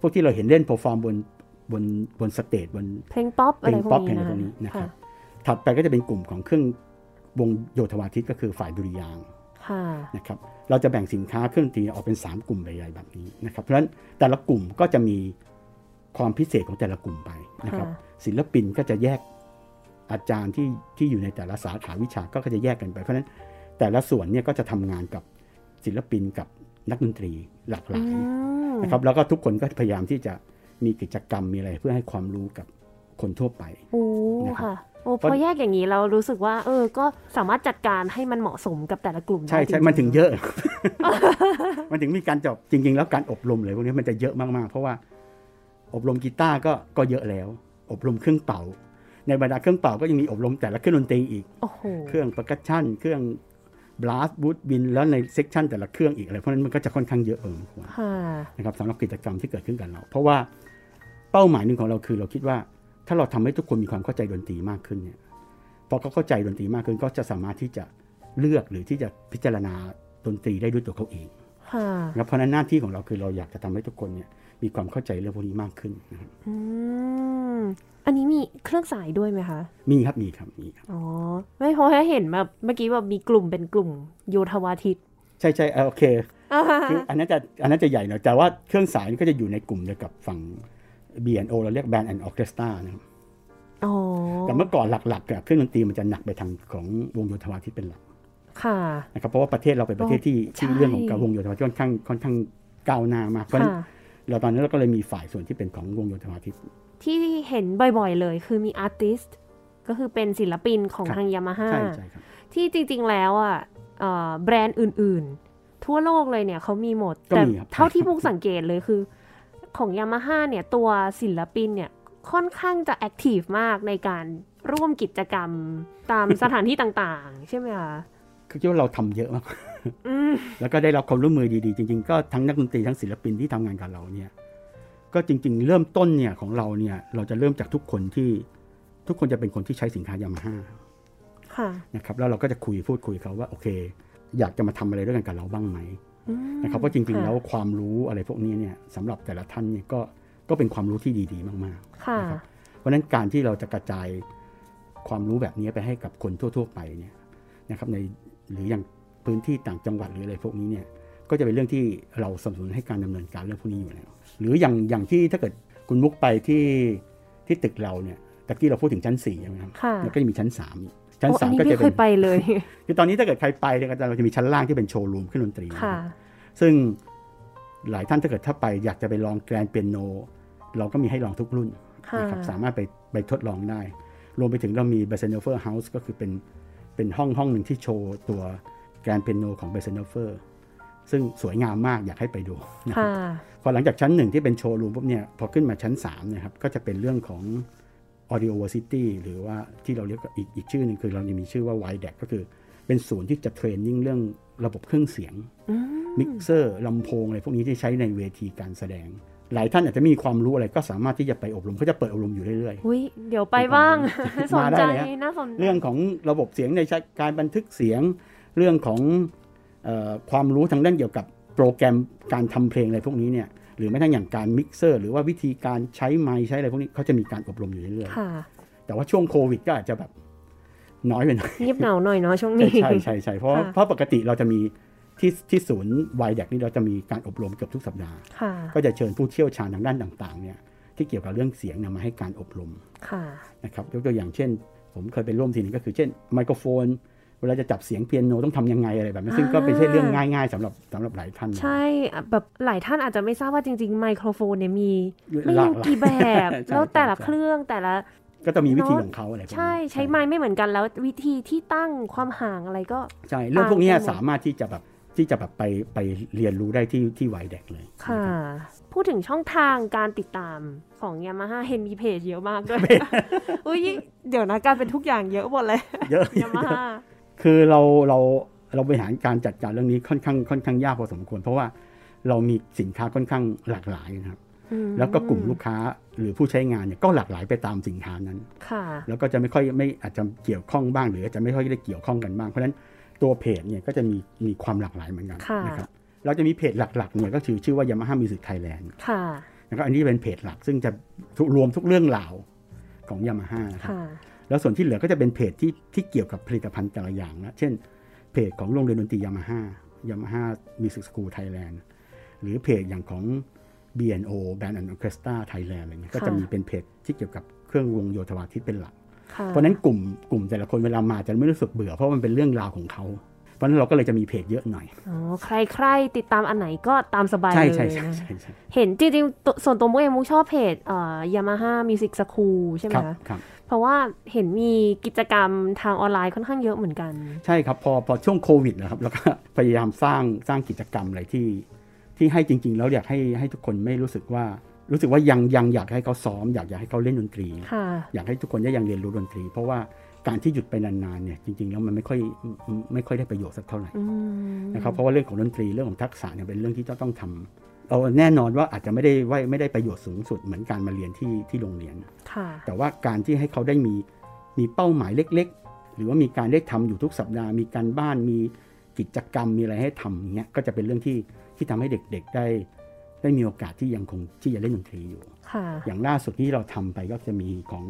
Speaker 1: พวกที่เราเห็นเล่นเพอร์ฟอร์มบนบนบนสเตจบน
Speaker 2: เพลงป๊อป
Speaker 1: เพ
Speaker 2: อะ
Speaker 1: ล
Speaker 2: ไรง พว
Speaker 1: ป๊อป
Speaker 2: ก
Speaker 1: เพลง
Speaker 2: นี้นะ
Speaker 1: พวกนี้นะครั
Speaker 2: ค่ะ
Speaker 1: บถัดไปก็จะเป็นกลุ่มของเครื่องวงโยธวาทิตก็คือฝ่ายดุริยางค์
Speaker 2: ค่ะ
Speaker 1: นะครับเราจะแบ่งสินค้าเครื่องดนตรีออกเป็น 3 กลุ่มใหญ่ๆแบบนี้นะครับเพราะฉะนั้นแต่ละกลุ่มก็จะมีความพิเศษของแต่ละกลุ่มไปนะครับ
Speaker 2: ค่
Speaker 1: ศิลปินก็จะแยกอาจารย์ที่ที่อยู่ในแต่ละสาขาวิชาก็ก็จะแยกกันไปเพราะฉะนั้นแต่ละส่วนเนี่ยก็จะทำงานกับศิลปินกับนักดนตรีหลากห
Speaker 2: อื
Speaker 1: ลาย
Speaker 2: ม
Speaker 1: นะครับแล้วก็ทุกคนก็พยายามที่จะมีกิจกรรมมีอะไรเพื่อให้ความรู้กับคนทั่วไป
Speaker 2: โอ้
Speaker 1: นะครับ
Speaker 2: ค่ะ โอ้
Speaker 1: เพ
Speaker 2: พ
Speaker 1: ราะ
Speaker 2: อแยกอย่างนี้เรารู้สึกว่า เออ ก็สามารถจัดการให้มันเหมาะสมกับแต่ละกลุ่ม
Speaker 1: ใช่
Speaker 2: ได้
Speaker 1: ใช่
Speaker 2: จริๆ
Speaker 1: มันถึงเยอะ มันถึงมีการจบจริง ๆ แล้วการอบรมเลยพวกนี้มันจะเยอะมากๆ เพราะว่าอบรมกีตาร์ก็ก็เยอะแล้ว อบรมเครื่องเป่า ในบรรดาเครื่องเป่าก็ยังมีอบรมแต่ละเครื่องดนตรีอีก
Speaker 2: โอ้โห
Speaker 1: เครื่องประกัชชั่น เครื่องบลัสบูทบินแล้วในเซกชันแต่ละเครื่องอีกอะไรเพราะฉะนั้นมันก็จะค่อนข้างเยอะเออควร
Speaker 2: ค่ะ
Speaker 1: นะครับสำหรับกิจกรรมที่เกิดขึ้นกับเรา เพราะว่าเป้าหมายหนึ่งของเราคือเราคิดว่าถ้าเราทำให้ทุกคนมีความเข้าใจดนตรีมากขึ้นเนี่ยพอเขาเข้าใจดนตรีมากขึ้นก็จะสามารถที่จะเลือกหรือที่จะพิจารณาดนตรีได้ด้วยตัวเขาเอง
Speaker 2: ค่ะ
Speaker 1: นะครับเพราะฉะนั้นหน้าที่ของเราคือเราอยากจะทำให้ทุกคนเนี่ยมีความเข้าใจเรื่องพวกนี้มากขึ้นนะครับ
Speaker 2: อืม อันนี้มีเครื่องสายด้วยไหมคะ
Speaker 1: มีครับมีครับมีครับ
Speaker 2: อ๋อ ไม่เพราะว่าเห็นแบบเมื่อกี้แบบมีกลุ่มเป็นกลุ่มโยธวาทิต
Speaker 1: ใช่ใช่เออโอเค
Speaker 2: อ่า
Speaker 1: คืออันนั้นจะอันนั้นจะใหญ่หน่อยแต่ว่าเครื่องสายนี่ก็จะอยู่ในกลุ่มเดียวกับฝั่ง B&O เราเรียก Band and Orchestra นะครับ
Speaker 2: อ๋อ
Speaker 1: แต่เมื่อก่อนหลักๆอะเครื่องดนตรีมันจะหนักไปทางของวงโยธวาทิตเป็นหลัก
Speaker 2: ค่ะ
Speaker 1: นะครับเพราะว่าประเทศเราเป็นประเทศที่ที่
Speaker 2: ใช่
Speaker 1: เรื่องของการวงโยธวาทิตค่อนข้างค่อนข้างก้าวหน้ามากเพราะฉะนั้
Speaker 2: ค่ะ
Speaker 1: นเราตอนนั้นเราก็เลยมีฝ่ายส่วนที่เป็นของวงโยธวาทิต
Speaker 2: ที่เห็นบ่อยๆเลยคือมีอาร์ติสต์ ก็คือเป็นศิลปินของ
Speaker 1: ครับ
Speaker 2: ทางยามาฮ่า
Speaker 1: ใช่ใช่ครับ
Speaker 2: ที่จริงๆ แล้วอ่ะเอ่อแบรนด์อื่นๆ ทั่วโลกเลยเนี่ยเขามีหมด แต่เท่าที่บุกสังเกตเลยคือ ของยามาฮ่าเนี่ยตัวศิลปินเนี่ยค่อนข้างจะแอคทีฟมากในการร่วมกิจกรรมตาม สถานที่ต่างๆ ใช่ไหมคะ
Speaker 1: คือคิดว่าเราทำเยอะมาก
Speaker 2: อืม
Speaker 1: แล้วก็ได้รับความร่วมมือดีๆ จริง ๆ ก็ทั้งนักดนตรีทั้งศิลปินที่ทำงานกับเราเนี่ย ก็จริง ๆ เริ่มต้นเนี่ยของเราเนี่ยเราจะเริ่มจากทุกคนที่ทุกคนจะเป็นคนที่ใช้สินค้ายามาฮ่า
Speaker 2: ค่ะ
Speaker 1: นะครับแล้วเราก็จะคุยพูดคุยกับเขาว่าโอเค อยากจะมาทำอะไรด้วยกันกับเราบ้างไหม
Speaker 2: อืม
Speaker 1: นะครับเพราะจริงๆ
Speaker 2: ค่ะ
Speaker 1: แล้วความรู้อะไรพวกนี้เนี่ยสำหรับแต่ละท่านเนี่ยก็ก็เป็นความรู้ที่ดีๆ มาก
Speaker 2: ค่ะ
Speaker 1: นะครับ ๆ เพราะฉะนั้นการที่เราจะกระจายความรู้แบบนี้ไปให้กับคนทั่ว ๆ ไปเนี่ยนะครับในหรืออย่างพื้นที่ต่างจังหวัดหรืออะไรพวกนี้เนี่ยก็จะเป็นเรื่องที่เราสนับสนุนให้การดำเนินการเรื่องพวกนี้อยู่แล้ว หรืออย่างอย่างที่ถ้าเกิดคุณมุกไปที่ที่ตึกเราเนี่ยตะกี้เราพูดถึงชั้น4ใช่ไหมครับ
Speaker 2: ค่ะ
Speaker 1: แล้วก็จะมีชั้นสามอีกชั้น
Speaker 2: โอ้
Speaker 1: สา
Speaker 2: อั
Speaker 1: ม
Speaker 2: นี้
Speaker 1: ก็จะ
Speaker 2: ไม่เค
Speaker 1: เป็น
Speaker 2: ยไปเลย
Speaker 1: คือตอนนี้ถ้าเกิดใครไปเนี่ยก็จะเราจะมีชั้นล่างที่เป็นโชว์รูมเครื่องดนตรีนะค
Speaker 2: ค่ะ
Speaker 1: รับ ซึ่งหลายท่านถ้าเกิดถ้าไปอยากจะไปลองแกรนเปียโน เราก็มีให้ลองทุกรุ่น
Speaker 2: ค่ะ
Speaker 1: นะครับสามารถไปไปทดลองได้ รวมไปถึงเรามีเบสเนเฟอร์เฮาส์ก็คือเป็นเป็นห้องห้องหนึ่งที่โชว์ตัวแกรนเปียโนของเบสเนเฟอร์ซึ่งสวยงามมากอยากให้ไปดูนะครับ
Speaker 2: ค่ะ
Speaker 1: พอหลังจากชั้นหนึ่งที่เป็นโชว์รูมปุ๊บเนี่ยพอขึ้นมาชั้น3นะครับก็จะเป็นเรื่องของ audio city หรือว่าที่เราเรียกอีกอีกชื่อหนึ่งคือเรายังมีชื่อว่า w i d e c ก็คือเป็นศูนย์ที่จะเทรนนิ่งเรื่องระบบเครื่องเสียง
Speaker 2: อืม
Speaker 1: มิกเซอร์ลำโพงอะไรพวกนี้ที่ใช้ในเวทีการแสดง หลายท่านอาจจะไม่มีความรู้อะไรก็สามารถที่จะไปอบรมเขาจะเปิดอบรมอยู่เรื่อย
Speaker 2: อุ้ยเดี๋ยวไปบ้าง สน
Speaker 1: มาได้
Speaker 2: ใจ
Speaker 1: เลยฮะ
Speaker 2: น่าสน
Speaker 1: ๆ เรื่องของระบบเสียงในใช้การบันทึกเสียงเรื่องของเออความรู้ทางด้านเกี่ยวกับโปรแกรมการทำเพลงอะไรพวกนี้เนี่ยหรือแม้กระทั่งอย่างการมิกเซอร์ หรือว่าวิธีการใช้ไมค์ใช้อะไรพวกนี้เขาจะมีการอบรมอยู่เรื่อย
Speaker 2: ค่ะ
Speaker 1: ๆแต่ว่าช่วงโควิดก็อาจจะแบบน้อยไปหน่อย
Speaker 2: เงียบเหงาหน่อยเนาะช่วง
Speaker 1: ใช่
Speaker 2: นี้
Speaker 1: ใช่ใช่ใช่เพราะ
Speaker 2: ค่ะ
Speaker 1: เพราะปกติเราจะมีที่ที่ศูนย์วายแดกนี่เราจะมีการอบรมเกือบทุกสัปดาห์
Speaker 2: ค่ะ
Speaker 1: ก็จะเชิญผู้เชี่ยวชาญทางด้านต่างๆเนี่ยที่เกี่ยวกับเรื่องเสียงเนยมาให้การอบรม
Speaker 2: ค่ะ
Speaker 1: นะครับยกตัวอย่างเช่น ผมเคยเป็นร่วมทีหนึงก็คือเช่นไมโครโฟน เวลาจะจับเสียงเปียโนต้องทำยังไงอะไรแบบนี้ซึ่งก็เป็น
Speaker 2: อ่า
Speaker 1: ใช่เรื่องง่ายๆสำหรับสำหรับหลายท่านนะ
Speaker 2: ใช่อ่ะแบบหลายท่านอาจจะไม่ทราบว่าจริงๆ ไมโครโฟนเนี่ยมี ไม่
Speaker 1: หลา
Speaker 2: รู้
Speaker 1: หลาย
Speaker 2: กี่แบบ
Speaker 1: ใช่
Speaker 2: แล้วแต่ละ
Speaker 1: ใช่
Speaker 2: เครื่องแต่ละ
Speaker 1: ก็จะมีวิธี
Speaker 2: เนอะ
Speaker 1: ของเขาอะไรพวกนี้
Speaker 2: ใช่ใช้ไม้ไม่เหมือนกันแล้ววิธีที่ตั้งความห่างอะไรก็
Speaker 1: ใช่เรื่องพวกเนี้ย
Speaker 2: ต่างกันหมด
Speaker 1: สามารถที่จะแบบที่จะแบบไปไปเรียนรู้ได้ที่ที่ไวเด็กเลย
Speaker 2: ค่ะ พูดถึงช่องทางการติดตามของ Yamaha เห็นมีเพจเยอะมากด้วย อุ้ยเดี๋ยวนะการเป็นทุกอย่างเยอะหมดเลย
Speaker 1: เยอะ
Speaker 2: Yamaha
Speaker 1: คือเราเราเราบริหารการจัดการเรื่องนี้ค่อนข้างค่อนข้างยากพอสมควร เพราะว่าเรามีสินค้าค่อนข้างหลากหลายนะครับ
Speaker 2: อืม
Speaker 1: แล้วก็กลุ่มลูกค้าหรือผู้ใช้งานเนี่ยก็หลากหลายไปตามสินค้านั้น
Speaker 2: ค่ะ
Speaker 1: แล้วก็จะไม่ค่อยไม่อาจจะเกี่ยวข้องบ้าง หรืออาจจะไม่ค่อยได้เกี่ยวข้องกันบ้าง เพราะฉะนั้นตัวเพจเนี่ยก็จะมีมีความหลากหลายเหมือนกัน
Speaker 2: ค่ะ
Speaker 1: นะครับเราจะมีเพจหลักๆเนี่ยก็คือชื่อว่ายามาฮ่ามิวสิกไทยแลนด์
Speaker 2: ค่ะ
Speaker 1: นะครับอันนี้เป็นเพจหลักซึ่งจะทุกรวมทุกเรื่องราวของยามาฮ่านะครับ
Speaker 2: ค่ะ
Speaker 1: แล้วส่วนที่เหลือก็จะเป็นเพจที่ที่เกี่ยวกับผลิตภัณฑ์แต่ละอย่างนะเช่น เพจของโรงเรียนดนตรียามาฮ่ายามาฮ่ามิวสิกสกูลไทยแลนด์หรือเพจอย่างของ BNO Band and Orchestra Thailand อะไรเงี้ยก็จะ
Speaker 2: ค่ะ
Speaker 1: มีเป็นเพจที่เกี่ยวกับเครื่องวงโยธวาทิตเป็นหลัก
Speaker 2: ค่ะ
Speaker 1: เพราะฉะนั้นกลุ่มกลุ่มแต่ละคนเวลามาจะไม่รู้สึกเบื่อเพราะมันเป็นเรื่องราวของเขา เพราะฉะนั้นเราก็เลยจะมีเพจเยอะหน่อย
Speaker 2: อ๋อใครใครๆติดตามอันไหนก็ตามสบาย
Speaker 1: ใช่
Speaker 2: เลย
Speaker 1: ใช่ใช่
Speaker 2: นะ
Speaker 1: ใช่ใช่
Speaker 2: เห็นจริงๆตัวส่วนตัวมุกเองมุกชอบเพจเอ่อยามาฮ่ามิวสิกสคูลใช่ไหม
Speaker 1: ครับ
Speaker 2: คะ
Speaker 1: ครับ
Speaker 2: เพราะว่าเห็นมีกิจกรรมทางออนไลน์ค่อนข้างเยอะเหมือนกัน
Speaker 1: ใช่ครับพอพอช่วงโควิดนะครับแล้วก็ พยายามสร้างสร้างกิจกรรมอะไรที่ ที่ให้จริง ๆ แล้วอยากให้ให้ทุกคนไม่รู้สึกว่ารู้สึกว่ายังยังอยากให้เขาซ้อมอยากอยากให้เขาเล่นดนตรี
Speaker 2: ค่ะ
Speaker 1: อยากให้ทุกคนได้ยังเรียนรู้ดนตรี เพราะว่าการที่หยุดไปนานๆเนี่ยจริง ๆ แล้วมันไม่ค่อยไม่ไม่ค่อยได้ประโยชน์สักเท่าไหร่
Speaker 2: อืม
Speaker 1: นะครับเพราะว่าเรื่องของดนตรีเรื่องของทักษะเนี่ยเป็นเรื่องที่ต้องทำเอาแน่นอนว่าอาจจะไม่ได้ว่าไม่ได้ประโยชน์สูงสุดเหมือนการมาเรียนที่ที่โรงเรียน
Speaker 2: ค่ะ
Speaker 1: แต่ว่าการที่ให้เขาได้มีมีเป้าหมายเล็ก ๆ หรือว่ามีการได้ทำอยู่ทุกสัปดาห์มีการบ้านมีกิจกรรมมีอะไรให้ทำอย่างเงี้ยก็จะเป็นเรื่องที่ที่ทำให้เด็กๆได้ ได้มีโอกาสที่ยังคงที่จะเล่นดนตรีอยู่
Speaker 2: ค่ะ
Speaker 1: อย่างล่าสุดที่เราทำไปก็จะมีของ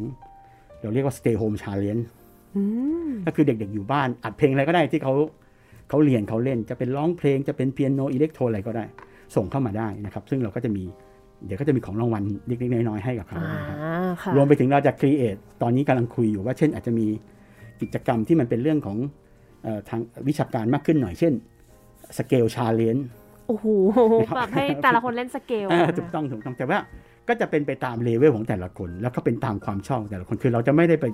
Speaker 1: เราเรียกว่า stay home challenge
Speaker 2: อืม
Speaker 1: ก็คือเด็กๆอยู่บ้านอัดเพลงอะไรก็ได้ที่เขาเขาเรียนเขาเล่นจะเป็นร้องเพลงจะเป็นเปียโนอิเล็กโทรอะไรก็ได้ ส่งเข้ามาได้นะครับ ซึ่งเราก็จะมีเดี๋ยวก็จะมีของรางวัลเล็กๆน้อยๆให้กับเขา
Speaker 2: อ่า
Speaker 1: นะครับ
Speaker 2: ค่ะ
Speaker 1: รวมไปถึงเราจะครีเอทตอนนี้กำลังคุยอยู่ว่าเช่นอาจจะมีกิจกรรมที่มันเป็นเรื่องของเออทางวิชาการมากขึ้นหน่อยเช่นสเกลชาเลน
Speaker 2: โอ้โห
Speaker 1: นะครับ
Speaker 2: แบบให้แต่ละคนเล่นสเกลนะ
Speaker 1: ถูกต้องถูกต้องแต่ว่าก็จะเป็นไปตามเลเวลของแต่ละคน แล้วก็เป็นตามความชอบของแต่ละคนคือเราจะไม่ได้ไป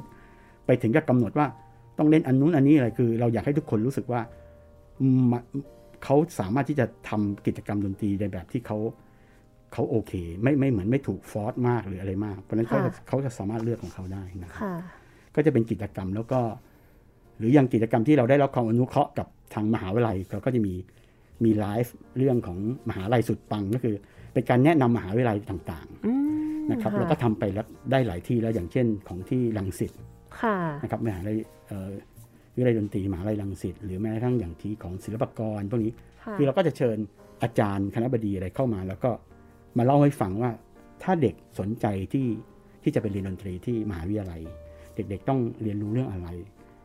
Speaker 1: ไปถึงกับกำหนดว่าต้องเล่นอันนู้นอันนี้อะไรคือ เราอยากให้ทุกคนรู้สึกว่าอืมเขาสามารถที่จะทำกิจกรรมดนตรีในแบบที่เขา เขาโอเค ไม่ไม่เหมือนไม่ถูกฟอร์สมากหรืออะไรมาก เพราะฉะนั้นเขาจะ
Speaker 2: ค่ะ
Speaker 1: เขาจะสามารถเลือกของเขาได้นะครับ
Speaker 2: ค่ะ
Speaker 1: ก็จะเป็นกิจกรรมแล้วก็ หรืออย่างกิจกรรมที่เราได้รับความอนุเคราะห์กับทางมหาวิทยาลัยเราก็จะมีมีไลฟ์เรื่องของมหาลัยสุดปังก็คือ เป็นการแนะนำมหาวิทยาลัยต่าง
Speaker 2: อืม
Speaker 1: ๆนะครับ
Speaker 2: ะ
Speaker 1: เราก็ทำไปแล้วได้หลายที่แล้วอย่างเช่นของที่ลังสิต
Speaker 2: ค่ะ
Speaker 1: นะครับมหาลัยเอ่อวิทยาลัยดนตรีมหาลัยลังสิตหรือแม้กระทั่งอย่างที่ของศิลปากรพวกนี้
Speaker 2: ค่ะ
Speaker 1: คือเราก็จะเชิญอาจารย์คณะบดีอะไรเข้ามา แล้วก็มาเล่าให้ฟังว่าถ้าเด็กสนใจที่ที่จะไปเรียนดนตรีที่มหาวิทยาลัย เด็กๆต้องเรียนรู้เรื่องอะไร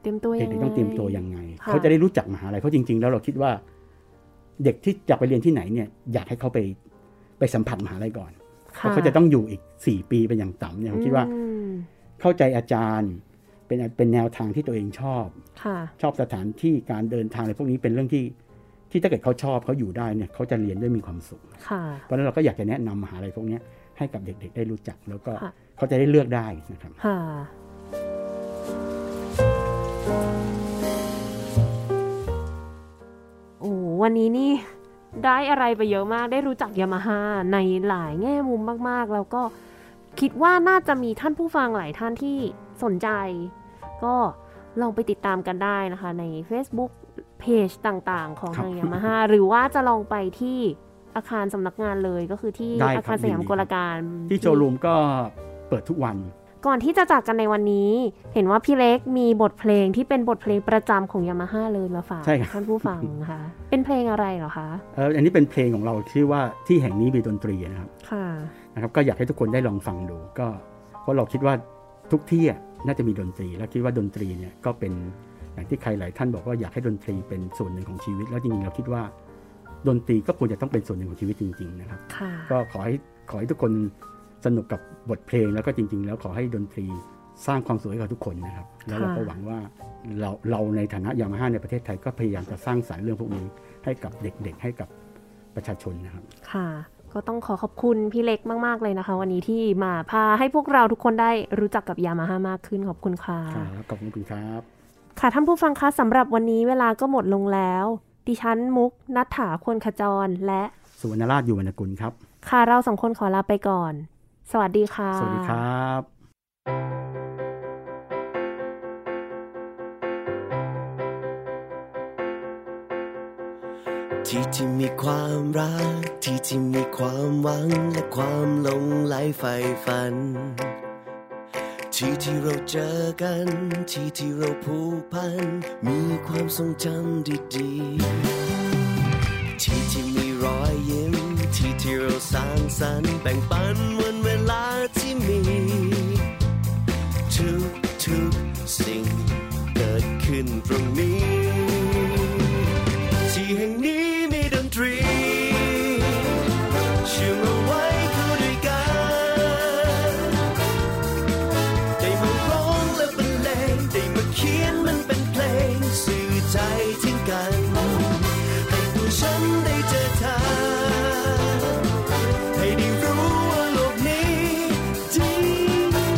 Speaker 2: เตรียมตัว
Speaker 1: เด็
Speaker 2: ยั
Speaker 1: ก
Speaker 2: งไง
Speaker 1: ๆต้องเตรียมตัวยังไง
Speaker 2: ค่ะ
Speaker 1: เขาจะได้รู้จักมหาลัยเพราะจริง ๆ แล้วเราคิดว่า เด็กที่จะไปเรียนที่ไหนเนี่ยอยากให้เขาไปไปสัมผัสมหาลัยก่อนเพ
Speaker 2: ค่
Speaker 1: ราะเขาจะต้องอยู่อีก 4 ปีเป็นอย่างต่ำเนี่ยผมคิดว่า
Speaker 2: อืม
Speaker 1: เข้าใจอาจารย์เป็นเป็นแนวทางที่ตัวเองชอบ
Speaker 2: ค่ะ
Speaker 1: ชอบสถานที่การเดินทางอะไรพวกนี้เป็นเรื่องที่ที่ถ้าเกิดเขาชอบเขาอยู่ได้เนี่ยเขาจะเรียนด้วยมีความสุข
Speaker 2: ค่ะ
Speaker 1: เพราะฉะนั้นเราก็อยากจะแนะนำมหาลัยพวกเนี้ยให้กับเด็กๆ ได้รู้จัก แล้วก็
Speaker 2: ค่ะ
Speaker 1: เขาจะได้เลือกได้นะครับ
Speaker 2: ค่ะ โอ้วันนี้นี่ได้อะไรไปเยอะมาก ได้รู้จักยามาฮ่าในหลายแง่มุมมากๆ แล้วก็คิดว่าน่าจะมีท่านผู้ฟังหลายท่านที่สนใจ ก็ลองไปติดตามกันได้นะคะ ใน Facebook เพจต่างๆ ของ
Speaker 1: ครับ
Speaker 2: ทางยามา ฮ่าหรือว่าจะลองไปที่อาคารสำนักงานเลยก็คือที่
Speaker 1: ได้ครับ
Speaker 2: อาคารสยาม
Speaker 1: ยินดีครับ
Speaker 2: กลการ
Speaker 1: ที่โชว์รูมก็เปิดทุกวัน
Speaker 2: ก่อนที่จะจากกันในวันนี้ เห็นว่าพี่เล็กมีบทเพลงที่เป็นบทเพลงประจำของยามาฮ่าเลยมาฝาก
Speaker 1: ใช่ครับ
Speaker 2: ท่านผู้ฟังค่ะ เป็นเพลงอะไรเหรอคะ
Speaker 1: เอ่ออันนี้เป็นเพลงของเราชื่อว่าที่แห่งนี้มีดนตรีนะครับ
Speaker 2: ค่ะ
Speaker 1: นะครับ ก็อยากให้ทุกคนได้ลองฟังดูก็เพราะเราคิดว่าทุกที่อะน่าจะมีดนตรี และคิดว่าดนตรีเนี่ยก็เป็นอย่างที่ใครหลายท่านบอกว่าอยากให้ดนตรีเป็นส่วนหนึ่งของชีวิต แล้วจริงๆเราคิดว่า ดนตรีก็ควรจะต้องเป็นส่วนหนึ่งของชีวิตจริงๆนะครับ
Speaker 2: ค่ะ
Speaker 1: ก็ขอให้ขอให้ทุกคนสนุกกับบทเพลงแล้วก็จริง ๆ แล้วขอให้ดนตรีสร้างความสุขให้กับทุกคนนะครับ แล้วเราก็หวังว่าเราเราในฐานะยามาฮ่าในประเทศไทยก็พยายามจะสร้างสรรค์เรื่องพวกนี้ให้กับเด็กๆ ให้กับประชาชนนะครับ
Speaker 2: ค่ะ ก็ต้องขอขอบคุณพี่เล็กมากๆเลยนะคะ วันนี้ที่มาพาให้พวกเราทุกคนได้รู้จักกับยามาฮ่ามากขึ้นขอบคุณค่ะ
Speaker 1: ครับขอบคุณครับ
Speaker 2: ค่ะท่านผู้ฟังคะสำหรับวันนี้เวลาก็หมดลงแล้ว ดิฉันมุกนัฐถาควรขจรและ
Speaker 1: สุวรรณราชอยู่วรรณกุลครับ
Speaker 2: ค่ะเราสองคนขอลาไปก่อน สวัสดีค่ะ
Speaker 1: สวัสดีครับ
Speaker 4: ที่ที่มีความรัก ที่ที่มีความหวังและความหลงไหลใฝ่ฝัน ที่ที่เราเจอกัน ที่ที่เราผูกพัน มีความทรงจำดีๆ ที่ที่มีรอยยิ้ม ที่ที่เราสร้างสรรค์แบ่งปันวันเวลาที่มี ทุกทุกๆสิ่งเกิดขึ้นตรงนี้ ที่แห่งนี้มีดนตรีเชื่อมเอาไว้คู่ด้วยกันได้มาร้องและบรรเลงได้มาเขียนมันเป็นเพลง สื่อใจทิ้งกันให้ตัวฉันได้เจอเธอให้ได้รู้ว่าโลกนี้ดี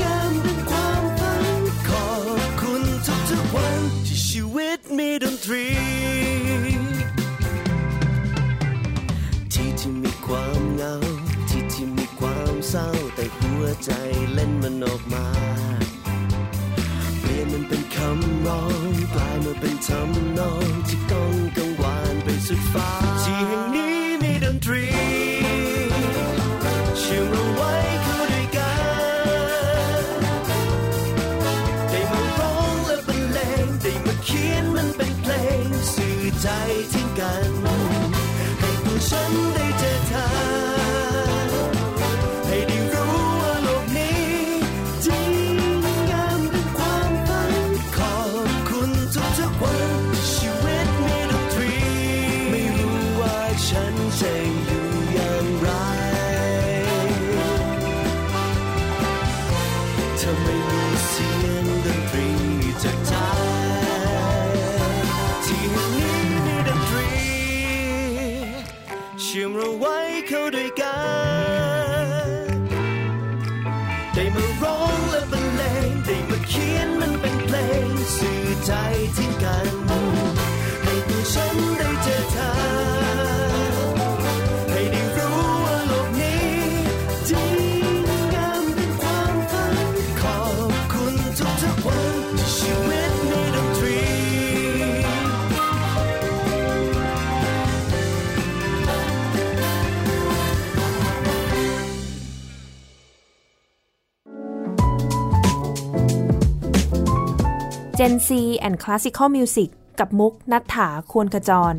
Speaker 4: งามเป็นความฝันขอบคุณทุกๆวันที่ชีวิตมีดนตรี ที่ที่มีความเหงา ที่ที่มีความเศร้า แต่หัวใจเล่นมันออกมา เปลี่ยนมันเป็นคำร้องกลายมาเป็นทำนองที่ก้องกังวานไปสุดฟ้า ที่แห่งนี้มีดนตรีเชื่อมเอาไว้คู่ด้วยกัน ได้มาร้องและบรรเลงได้มาเขียนมันเป็นเพลง สื่อใจทิ้งกัน ให้ตัวฉันได้เจอเธอให้ได้รู้ว่าโลกนี้จริงงามเป็นความฝันขอบคุณทุกๆวันที่ชีวิตมีดนตรี ไม่รู้ว่าฉันจะอยู่อย่างไร ทำไมมีเสียงดนตรีจากใจที่แห่งนี้มีดนตรีเชื่อมเราไว้เข้าด้วยกันได้มาร้องและบรรเลงได้มาเขียนมันเป็นเพลง สื่อใจทิ้งกันให้ตัวฉันได้เจอเธอให้ได้รู้ว่าโลกนี้
Speaker 2: Gen Z and Classical Music กับมุกนัฐถาควรขจร